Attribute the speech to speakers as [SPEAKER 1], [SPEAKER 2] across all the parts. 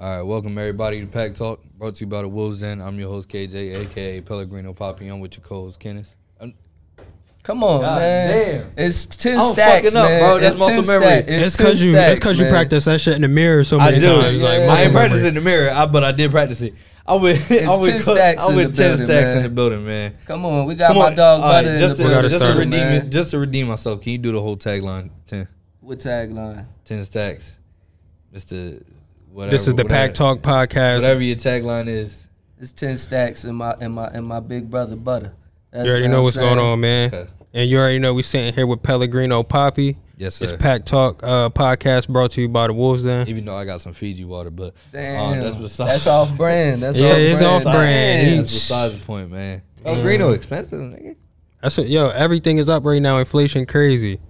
[SPEAKER 1] All right, welcome everybody to Pack Talk, brought to you by the Wolves Den. I'm your host KJ, aka Pellegrino Papillon, with your co-host Kenneth. Um, I'm-
[SPEAKER 2] Come on,
[SPEAKER 3] God
[SPEAKER 2] man. It's 10
[SPEAKER 3] I'm
[SPEAKER 2] stacks,
[SPEAKER 3] fucking up,
[SPEAKER 2] man.
[SPEAKER 3] bro. That's
[SPEAKER 2] it's 10
[SPEAKER 3] muscle memory.
[SPEAKER 2] stacks.
[SPEAKER 4] It's because
[SPEAKER 2] 10
[SPEAKER 4] you, it's
[SPEAKER 2] stacks,
[SPEAKER 4] because you
[SPEAKER 2] man.
[SPEAKER 4] practice that shit in the mirror so
[SPEAKER 1] I
[SPEAKER 4] many
[SPEAKER 1] do.
[SPEAKER 4] times. Like,
[SPEAKER 2] yeah.
[SPEAKER 1] I
[SPEAKER 4] muscle
[SPEAKER 1] ain't
[SPEAKER 4] memory.
[SPEAKER 1] practicing in the mirror, I, but I did practice it. I with I
[SPEAKER 2] It's 10
[SPEAKER 1] with, co-
[SPEAKER 2] stacks
[SPEAKER 1] I
[SPEAKER 2] in
[SPEAKER 1] with
[SPEAKER 2] the
[SPEAKER 1] ten
[SPEAKER 2] building,
[SPEAKER 1] stacks in
[SPEAKER 2] man.
[SPEAKER 1] the building, man.
[SPEAKER 2] Come on, we got my dog
[SPEAKER 1] All right,
[SPEAKER 2] Butter
[SPEAKER 1] just
[SPEAKER 2] in
[SPEAKER 1] to,
[SPEAKER 2] the
[SPEAKER 4] We gotta
[SPEAKER 1] just to
[SPEAKER 4] start.
[SPEAKER 1] redeem
[SPEAKER 2] man.
[SPEAKER 1] it, just to redeem myself. Can you do the whole tagline? 10,
[SPEAKER 2] What tagline?
[SPEAKER 1] 10 stacks, Mister. Whatever.
[SPEAKER 4] This is the
[SPEAKER 1] whatever,
[SPEAKER 4] Pack Talk podcast.
[SPEAKER 1] Whatever your tagline is.
[SPEAKER 2] It's 10 stacks in my in my in my big brother Butter. That's
[SPEAKER 4] You already
[SPEAKER 2] what
[SPEAKER 4] know
[SPEAKER 2] I'm
[SPEAKER 4] what's
[SPEAKER 2] saying.
[SPEAKER 4] going on, man.
[SPEAKER 1] Okay.
[SPEAKER 4] And you already know we sitting here with Pellegrino Poppy.
[SPEAKER 1] Yes, sir.
[SPEAKER 4] It's Pack Talk uh, podcast brought to you by the Wolves. Then
[SPEAKER 1] Even though I got some Fiji water, but
[SPEAKER 2] Damn.
[SPEAKER 1] um, that's besides.
[SPEAKER 2] That's off brand. That's
[SPEAKER 4] Yeah,
[SPEAKER 2] off
[SPEAKER 4] it's
[SPEAKER 2] brand.
[SPEAKER 4] off brand.
[SPEAKER 1] That's
[SPEAKER 4] Each.
[SPEAKER 1] besides the point, man. Oh, Greeno expensive, nigga.
[SPEAKER 4] that's what, yo. Everything is up right now. Inflation crazy.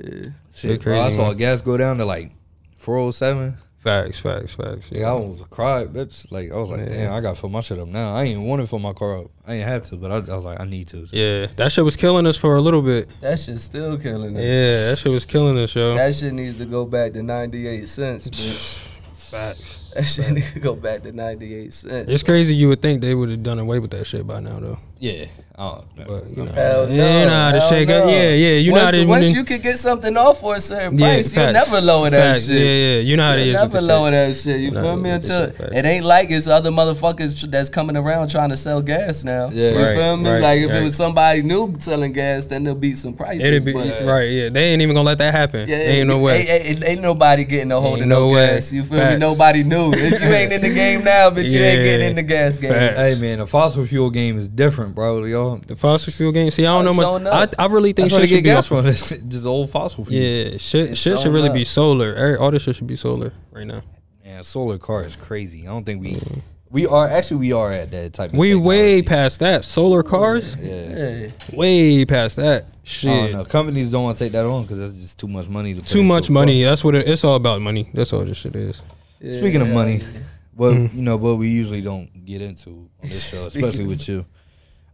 [SPEAKER 1] Shit,
[SPEAKER 4] They
[SPEAKER 1] bro. I
[SPEAKER 4] crazy,
[SPEAKER 1] saw
[SPEAKER 4] man.
[SPEAKER 1] gas go down to like 407.
[SPEAKER 4] Facts, facts, facts.
[SPEAKER 1] Yeah, I almost cried, bitch. Like I was like,
[SPEAKER 4] Yeah.
[SPEAKER 1] damn, I gotta fill my shit up now. I ain't wanted for my car up. I ain't have to, but I, I was like, I need to.
[SPEAKER 4] Yeah, that shit was killing us for a little bit.
[SPEAKER 2] That shit still killing us.
[SPEAKER 4] Yeah, that shit was killing us, yo.
[SPEAKER 2] That shit needs to go back to 98 cents, bitch.
[SPEAKER 4] Facts.
[SPEAKER 2] That shit needs to go back to 98 cents.
[SPEAKER 4] It's crazy. You would think they would have done away with that shit by now, though.
[SPEAKER 1] Yeah. Oh,
[SPEAKER 4] But you know,
[SPEAKER 2] Hell
[SPEAKER 4] yeah,
[SPEAKER 2] no,
[SPEAKER 4] you know how to
[SPEAKER 2] hell
[SPEAKER 4] shake up.
[SPEAKER 2] no.
[SPEAKER 4] Yeah, yeah. You know how
[SPEAKER 2] once,
[SPEAKER 4] to
[SPEAKER 2] once you can get something off for a certain price, you
[SPEAKER 4] facts.
[SPEAKER 2] never lower that
[SPEAKER 4] Facts,
[SPEAKER 2] shit.
[SPEAKER 4] Yeah, yeah. You know how it
[SPEAKER 2] You
[SPEAKER 4] is. with
[SPEAKER 2] never
[SPEAKER 4] the shit.
[SPEAKER 2] lower that shit. You
[SPEAKER 4] Nah,
[SPEAKER 2] feel me?
[SPEAKER 4] yeah, that's
[SPEAKER 2] Until
[SPEAKER 4] a fact.
[SPEAKER 2] it ain't like it's other motherfuckers tr- that's coming around trying to sell gas now.
[SPEAKER 1] Yeah.
[SPEAKER 2] you
[SPEAKER 1] Right,
[SPEAKER 2] feel me?
[SPEAKER 4] right,
[SPEAKER 2] like if it
[SPEAKER 4] right.
[SPEAKER 2] was somebody new selling gas, then there'll be some prices.
[SPEAKER 4] It'd be
[SPEAKER 2] but-
[SPEAKER 4] right. Yeah, they ain't even gonna let that happen.
[SPEAKER 2] yeah,
[SPEAKER 4] ain't no way.
[SPEAKER 2] Ain't, ain't- ain't nobody getting a hold of
[SPEAKER 4] Ain't
[SPEAKER 2] no,
[SPEAKER 4] no way.
[SPEAKER 2] gas. You feel me?
[SPEAKER 4] Facts.
[SPEAKER 2] Nobody new. If you ain't in the game now, bitch, you ain't
[SPEAKER 4] Yeah.
[SPEAKER 2] getting in the gas game.
[SPEAKER 4] Facts.
[SPEAKER 1] Hey man, the fossil fuel game is different, bro. Y'all,
[SPEAKER 4] The fossil fuel game. See, I
[SPEAKER 1] Oh,
[SPEAKER 4] don't
[SPEAKER 2] It's
[SPEAKER 4] know
[SPEAKER 2] sewn
[SPEAKER 4] much.
[SPEAKER 2] up.
[SPEAKER 4] I, I really think
[SPEAKER 1] that's where they
[SPEAKER 4] shit
[SPEAKER 1] get
[SPEAKER 4] should be.
[SPEAKER 1] gas
[SPEAKER 4] Off,
[SPEAKER 1] from. It's just old fossil fuel.
[SPEAKER 4] yeah, shit.
[SPEAKER 2] It's
[SPEAKER 4] Shit should
[SPEAKER 2] sewn
[SPEAKER 4] really
[SPEAKER 2] up.
[SPEAKER 4] be solar. Every- All this shit should be solar right now.
[SPEAKER 1] Man, solar car is crazy. I don't think we we are actually we are at that type. of
[SPEAKER 4] We way
[SPEAKER 1] technology.
[SPEAKER 4] past that. Solar cars.
[SPEAKER 1] Yeah.
[SPEAKER 2] Hey,
[SPEAKER 4] Way past that.
[SPEAKER 1] I don't
[SPEAKER 4] Shit.
[SPEAKER 1] know. Companies don't want to take that on because that's just too much money. To put
[SPEAKER 4] Too
[SPEAKER 1] into a
[SPEAKER 4] much
[SPEAKER 1] car.
[SPEAKER 4] money. That's what it, it's all about. Money. That's all this shit is.
[SPEAKER 1] Speaking of
[SPEAKER 2] yeah.
[SPEAKER 1] money, well,
[SPEAKER 4] Mm.
[SPEAKER 1] you know, what we usually don't get into on this show,
[SPEAKER 2] Speaking
[SPEAKER 1] especially
[SPEAKER 2] of-
[SPEAKER 1] with you.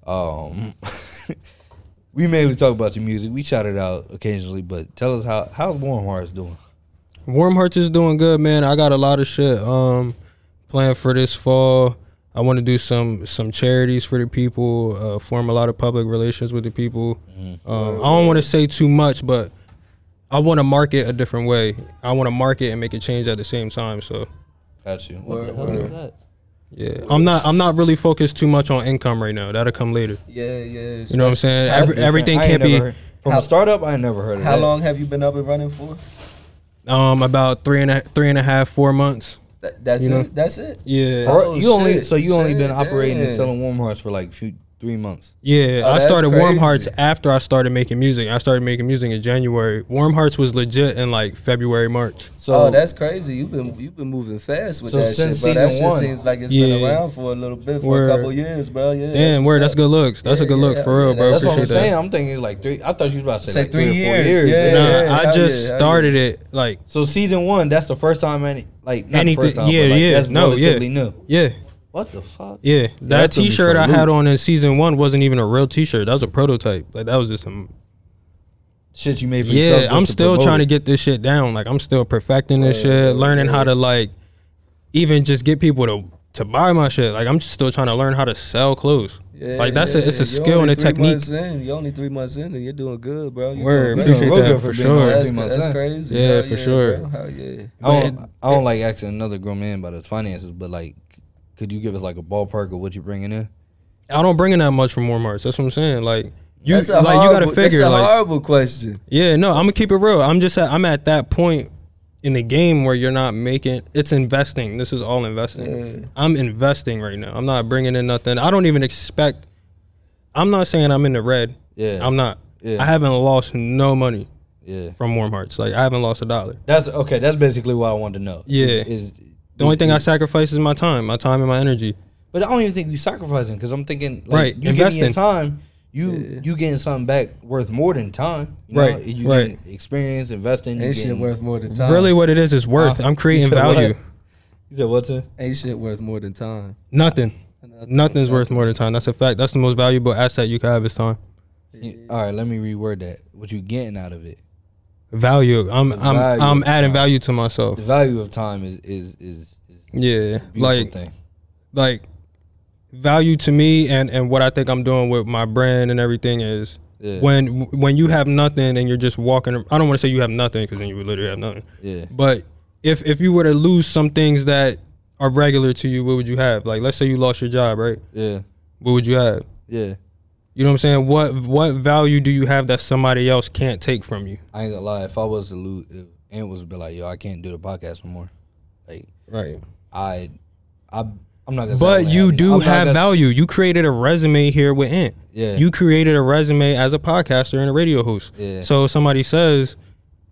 [SPEAKER 1] Um, we mainly talk about your music. We shout it out occasionally, but tell us how how's Warm Hearts doing?
[SPEAKER 4] Warm Hearts is doing good, man. I got a lot of shit um planned for this fall. I want to do some some charities for the people, uh, form a lot of public relations with the people.
[SPEAKER 1] Mm-hmm.
[SPEAKER 4] Um, I don't want to say too much, but I want to market a different way. I want to market and make a change at the same time. So
[SPEAKER 1] Got you.
[SPEAKER 2] Word,
[SPEAKER 1] Okay.
[SPEAKER 2] word.
[SPEAKER 4] yeah, I'm not I'm not really focused too much on income right now. That'll come later.
[SPEAKER 2] Yeah, yeah.
[SPEAKER 4] You know what I'm saying?
[SPEAKER 1] That's
[SPEAKER 4] Every,
[SPEAKER 1] different.
[SPEAKER 4] everything
[SPEAKER 1] I ain't
[SPEAKER 4] can't be
[SPEAKER 1] never heard- from
[SPEAKER 2] How-
[SPEAKER 1] a startup. I never heard of
[SPEAKER 2] How
[SPEAKER 1] that.
[SPEAKER 2] long have you been up and running for?
[SPEAKER 4] um about three and a three and a half four months.
[SPEAKER 2] That, that's
[SPEAKER 4] You
[SPEAKER 2] it.
[SPEAKER 4] know?
[SPEAKER 2] That's it.
[SPEAKER 4] Yeah.
[SPEAKER 1] Or
[SPEAKER 2] Oh,
[SPEAKER 1] you only
[SPEAKER 2] shit,
[SPEAKER 1] so you only been
[SPEAKER 2] shit,
[SPEAKER 1] operating and
[SPEAKER 2] damn.
[SPEAKER 1] selling Warm Hearts for like few three months.
[SPEAKER 4] Yeah,
[SPEAKER 2] Oh,
[SPEAKER 4] I
[SPEAKER 2] that's
[SPEAKER 4] started Warm
[SPEAKER 2] crazy.
[SPEAKER 4] Hearts after I started making music. I started making music in January. Warm Hearts was legit in like February, March.
[SPEAKER 1] So
[SPEAKER 2] oh, that's crazy. You've been you've been moving fast with
[SPEAKER 1] So
[SPEAKER 2] that
[SPEAKER 1] since
[SPEAKER 2] shit, bro. That
[SPEAKER 1] season
[SPEAKER 2] shit
[SPEAKER 1] one.
[SPEAKER 2] seems like it's been
[SPEAKER 4] Yeah.
[SPEAKER 2] around for a little bit, for
[SPEAKER 4] Word.
[SPEAKER 2] a couple years, bro. Yeah.
[SPEAKER 4] Damn,
[SPEAKER 2] what's
[SPEAKER 4] word, that's
[SPEAKER 2] up.
[SPEAKER 4] good looks. That's
[SPEAKER 2] Yeah,
[SPEAKER 4] a good look
[SPEAKER 2] yeah,
[SPEAKER 4] for real,
[SPEAKER 2] yeah,
[SPEAKER 4] bro.
[SPEAKER 1] that's what I'm
[SPEAKER 4] Appreciate
[SPEAKER 1] saying.
[SPEAKER 4] that.
[SPEAKER 1] I'm thinking it's like three. I thought you was about to say,
[SPEAKER 2] Say
[SPEAKER 1] like
[SPEAKER 2] three
[SPEAKER 1] three, or
[SPEAKER 2] years.
[SPEAKER 1] four years.
[SPEAKER 2] Yeah,
[SPEAKER 4] Nah,
[SPEAKER 2] yeah, hell
[SPEAKER 4] I just
[SPEAKER 2] yeah, hell
[SPEAKER 4] started it like
[SPEAKER 1] So season one, that's the first time any like not the first
[SPEAKER 4] anything.
[SPEAKER 1] time,
[SPEAKER 4] Yeah,
[SPEAKER 1] but like,
[SPEAKER 4] yeah,
[SPEAKER 1] that's
[SPEAKER 4] no,
[SPEAKER 1] relatively
[SPEAKER 4] yeah,
[SPEAKER 1] new.
[SPEAKER 4] yeah,
[SPEAKER 1] What the fuck?
[SPEAKER 4] yeah. That
[SPEAKER 1] that's gonna be
[SPEAKER 4] T-shirt I
[SPEAKER 1] for
[SPEAKER 4] had
[SPEAKER 1] Luke.
[SPEAKER 4] on in season one wasn't even a real T-shirt. That was a prototype. Like that was just some.
[SPEAKER 1] Shit you made for yourself.
[SPEAKER 4] Yeah,
[SPEAKER 1] just
[SPEAKER 4] I'm
[SPEAKER 1] to
[SPEAKER 4] still
[SPEAKER 1] promote
[SPEAKER 4] trying to
[SPEAKER 1] it.
[SPEAKER 4] get this shit down. Like I'm still perfecting this
[SPEAKER 2] Word,
[SPEAKER 4] shit,
[SPEAKER 2] word,
[SPEAKER 4] learning how to like even just get people to to buy my shit. Like I'm just still trying to learn how to sell clothes.
[SPEAKER 2] Yeah,
[SPEAKER 4] like that's
[SPEAKER 2] yeah,
[SPEAKER 4] a it's a
[SPEAKER 2] yeah. You're
[SPEAKER 4] skill and
[SPEAKER 2] only
[SPEAKER 4] a
[SPEAKER 2] three
[SPEAKER 4] technique.
[SPEAKER 2] months in. You're only three months in, and you're doing good, bro. You're
[SPEAKER 4] Word,
[SPEAKER 2] doing
[SPEAKER 1] You're
[SPEAKER 2] great.
[SPEAKER 1] doing real
[SPEAKER 4] appreciate that
[SPEAKER 1] good
[SPEAKER 4] for
[SPEAKER 1] for being
[SPEAKER 4] sure.
[SPEAKER 1] on
[SPEAKER 2] That's,
[SPEAKER 1] three months
[SPEAKER 2] that's
[SPEAKER 1] in.
[SPEAKER 2] crazy.
[SPEAKER 4] Yeah,
[SPEAKER 2] hell
[SPEAKER 4] for sure.
[SPEAKER 2] Bro. Hell yeah.
[SPEAKER 1] I
[SPEAKER 4] But
[SPEAKER 1] don't, I don't like asking another grown man about his finances, but like, could you give us like a ballpark of what you're bringing in?
[SPEAKER 4] I don't bring in that much from Walmart. That's what I'm saying. Like you
[SPEAKER 2] that's a
[SPEAKER 4] like you got
[SPEAKER 2] horrible,
[SPEAKER 4] to figure
[SPEAKER 2] That's a
[SPEAKER 4] like
[SPEAKER 2] horrible question.
[SPEAKER 4] yeah no I'm gonna keep it real. I'm just at, I'm at that point in the game where you're not making it's investing. This is all investing.
[SPEAKER 2] Yeah.
[SPEAKER 4] I'm investing right now. I'm not bringing in nothing. I don't even expect. I'm not saying I'm in the red.
[SPEAKER 1] Yeah,
[SPEAKER 4] I'm not.
[SPEAKER 1] Yeah.
[SPEAKER 4] I haven't lost no money
[SPEAKER 1] yeah.
[SPEAKER 4] from Warm Hearts. Like I haven't lost a dollar.
[SPEAKER 1] That's okay. That's basically what I wanted to know. is-
[SPEAKER 4] Yeah.
[SPEAKER 1] is,
[SPEAKER 4] The only thing I sacrifice is my time, my time and my energy.
[SPEAKER 1] But I don't even think you sacrificing because I'm thinking like
[SPEAKER 4] Right,
[SPEAKER 1] you giving your
[SPEAKER 4] investing.
[SPEAKER 1] time, you
[SPEAKER 2] Yeah.
[SPEAKER 1] you getting something back worth more than time. You know?
[SPEAKER 4] Right,
[SPEAKER 1] you
[SPEAKER 4] right.
[SPEAKER 1] getting experience investing. You
[SPEAKER 2] Ain't shit
[SPEAKER 1] getting,
[SPEAKER 2] worth more than time.
[SPEAKER 4] Really, what it is is worth.
[SPEAKER 1] Uh,
[SPEAKER 4] I'm creating
[SPEAKER 1] you said what?
[SPEAKER 4] value.
[SPEAKER 1] You said what's it?
[SPEAKER 2] Ain't shit worth more than time.
[SPEAKER 4] Nothing. Nothing's worth more than time. That's a fact. That's the most valuable asset you can have is time.
[SPEAKER 1] You- All right, let me reword that. What you getting out of it?
[SPEAKER 4] Value. I'm I'm
[SPEAKER 1] Value
[SPEAKER 4] I'm
[SPEAKER 1] of
[SPEAKER 4] adding
[SPEAKER 1] time.
[SPEAKER 4] value to myself.
[SPEAKER 1] The value of time is is is, is
[SPEAKER 4] Yeah,
[SPEAKER 1] Beautiful
[SPEAKER 4] like
[SPEAKER 1] thing.
[SPEAKER 4] like value to me and and what I think I'm doing with my brand and everything is
[SPEAKER 1] Yeah.
[SPEAKER 4] when when you have nothing and you're just walking. I don't want to say you have nothing because then you would literally have nothing.
[SPEAKER 1] Yeah.
[SPEAKER 4] But if if you were to lose some things that are regular to you, what would you have? Like let's say you lost your job, right?
[SPEAKER 1] Yeah.
[SPEAKER 4] What would you have?
[SPEAKER 1] Yeah.
[SPEAKER 4] You know what I'm saying? What what value do you have that somebody else can't take from you?
[SPEAKER 1] I ain't gonna lie. If I was to lose, if Ant was to be like, yo, I can't do the podcast no more. Like,
[SPEAKER 4] Right.
[SPEAKER 1] I, I, I'm not gonna. say I
[SPEAKER 4] But
[SPEAKER 1] wouldn't have
[SPEAKER 4] you
[SPEAKER 1] it. I'm
[SPEAKER 4] do
[SPEAKER 1] not
[SPEAKER 4] have
[SPEAKER 1] gonna-
[SPEAKER 4] value. You created a resume here with Ant.
[SPEAKER 1] Yeah.
[SPEAKER 4] You created a resume as a podcaster and a radio host.
[SPEAKER 1] Yeah.
[SPEAKER 4] So if somebody says,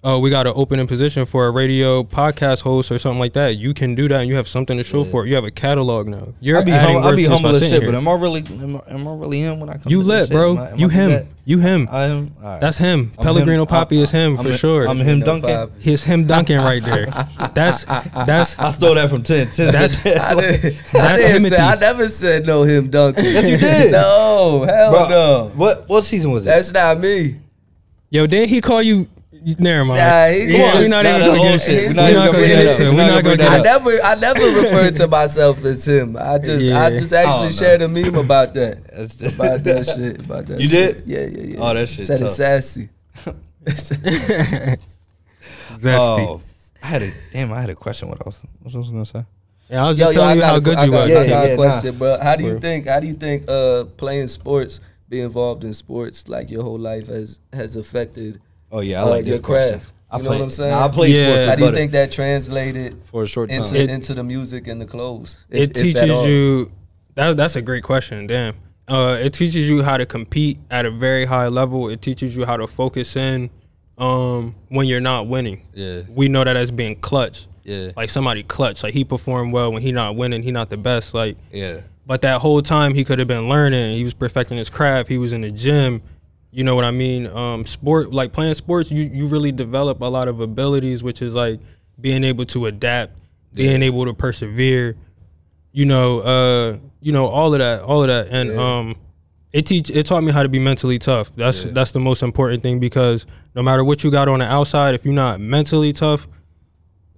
[SPEAKER 4] "Oh, we got an opening position for a radio podcast host or something like that." You can do that, and you have something to show for it. You have a catalog now. You're
[SPEAKER 1] I be,
[SPEAKER 4] adding
[SPEAKER 1] hum- I
[SPEAKER 4] worth
[SPEAKER 1] be
[SPEAKER 4] just by
[SPEAKER 1] humble as
[SPEAKER 4] sitting
[SPEAKER 1] shit,
[SPEAKER 4] here.
[SPEAKER 1] but am I really, am I, am I really him when I come?
[SPEAKER 4] you
[SPEAKER 1] to this
[SPEAKER 4] lit,
[SPEAKER 1] shit?
[SPEAKER 4] bro.
[SPEAKER 1] Am I- am
[SPEAKER 4] you
[SPEAKER 1] I do
[SPEAKER 4] him.
[SPEAKER 1] that?
[SPEAKER 4] You him.
[SPEAKER 1] I am. all right.
[SPEAKER 4] That's him.
[SPEAKER 1] I'm
[SPEAKER 4] Pellegrino
[SPEAKER 1] him.
[SPEAKER 4] Poppy
[SPEAKER 1] I-
[SPEAKER 4] is him
[SPEAKER 1] I'm
[SPEAKER 4] for
[SPEAKER 1] hi-
[SPEAKER 4] sure.
[SPEAKER 1] I'm him
[SPEAKER 2] No
[SPEAKER 1] dunking.
[SPEAKER 2] problem.
[SPEAKER 4] He's him dunking right there. That's that's
[SPEAKER 1] I stole that from Ten. Ten
[SPEAKER 4] That's-
[SPEAKER 1] said-
[SPEAKER 2] I didn't, I,
[SPEAKER 4] That's
[SPEAKER 2] didn't say, I
[SPEAKER 4] Timothy.
[SPEAKER 2] never said no him dunking.
[SPEAKER 1] Yes, you did.
[SPEAKER 2] No, hell
[SPEAKER 1] Bro,
[SPEAKER 2] no.
[SPEAKER 1] What what season was it?
[SPEAKER 2] That's not me.
[SPEAKER 4] yo. Did he call you? Never mind.
[SPEAKER 2] Nah, he- Come on,
[SPEAKER 4] we're not
[SPEAKER 1] it's
[SPEAKER 4] even
[SPEAKER 1] not
[SPEAKER 4] gonna
[SPEAKER 1] that
[SPEAKER 4] get
[SPEAKER 1] old
[SPEAKER 4] it.
[SPEAKER 1] shit.
[SPEAKER 4] We're
[SPEAKER 2] We're not gonna
[SPEAKER 4] not even gonna
[SPEAKER 2] bring
[SPEAKER 4] get
[SPEAKER 2] it
[SPEAKER 4] into it.
[SPEAKER 1] up.
[SPEAKER 4] We're
[SPEAKER 1] We're
[SPEAKER 4] not
[SPEAKER 1] not
[SPEAKER 4] gonna
[SPEAKER 1] gonna
[SPEAKER 2] I
[SPEAKER 4] get
[SPEAKER 1] bring
[SPEAKER 4] it.
[SPEAKER 1] it up.
[SPEAKER 2] never, I never referred to myself as him. I just, I
[SPEAKER 4] Yeah.
[SPEAKER 2] just actually
[SPEAKER 1] Oh, no.
[SPEAKER 2] shared a meme about that,
[SPEAKER 1] That's-
[SPEAKER 2] about that shit, about that.
[SPEAKER 1] You
[SPEAKER 2] shit.
[SPEAKER 1] did?
[SPEAKER 2] Yeah, yeah, yeah.
[SPEAKER 1] Oh, that shit
[SPEAKER 2] Said it
[SPEAKER 1] tough.
[SPEAKER 2] sassy.
[SPEAKER 4] Zesty.
[SPEAKER 1] Oh, I had a damn. I had a question. What else? What else was I gonna say?
[SPEAKER 4] Yeah, I was
[SPEAKER 2] Yo,
[SPEAKER 4] just
[SPEAKER 2] yo, I
[SPEAKER 4] telling you
[SPEAKER 2] got
[SPEAKER 4] how
[SPEAKER 2] a-
[SPEAKER 4] good
[SPEAKER 2] I
[SPEAKER 4] you
[SPEAKER 2] got-
[SPEAKER 4] were.
[SPEAKER 2] Yeah, I
[SPEAKER 4] Kid.
[SPEAKER 2] got
[SPEAKER 1] Yeah,
[SPEAKER 2] a question, bro. How do you
[SPEAKER 4] Word.
[SPEAKER 2] think? How do you think uh, playing sports, being involved in sports like your whole life has has affected?
[SPEAKER 1] Oh yeah, I
[SPEAKER 2] Uh,
[SPEAKER 1] like
[SPEAKER 2] your
[SPEAKER 1] this question.
[SPEAKER 2] craft.
[SPEAKER 1] I
[SPEAKER 2] You know
[SPEAKER 1] play-
[SPEAKER 2] what I'm saying?
[SPEAKER 1] Nah, I play
[SPEAKER 4] Yeah.
[SPEAKER 1] sports.
[SPEAKER 4] It
[SPEAKER 2] How
[SPEAKER 1] with
[SPEAKER 2] do you
[SPEAKER 1] butter
[SPEAKER 2] think that translated
[SPEAKER 1] for a short time?
[SPEAKER 2] into
[SPEAKER 4] It-
[SPEAKER 2] into the music and the clothes? if-
[SPEAKER 4] It
[SPEAKER 2] if at all?
[SPEAKER 4] teaches you. That, that's a great question. Damn. Uh, it teaches you how to compete at a very high level. It teaches you how to focus in um, when you're not winning.
[SPEAKER 1] yeah,
[SPEAKER 4] We know that as being clutch.
[SPEAKER 1] yeah,
[SPEAKER 4] Like somebody clutch. Like he performed well when he not winning. He not the best. Like
[SPEAKER 1] yeah,
[SPEAKER 4] But that whole time he could have been learning. He was perfecting his craft. He was in the gym. You know what I mean? Um, sport like playing sports, you you really develop a lot of abilities, which is like being able to adapt, being able to persevere. You know, uh, you know all of that, all of that, and um, it teach it taught me how to be mentally tough. That's that's the most important thing because no matter what you got on the outside, if you're not mentally tough,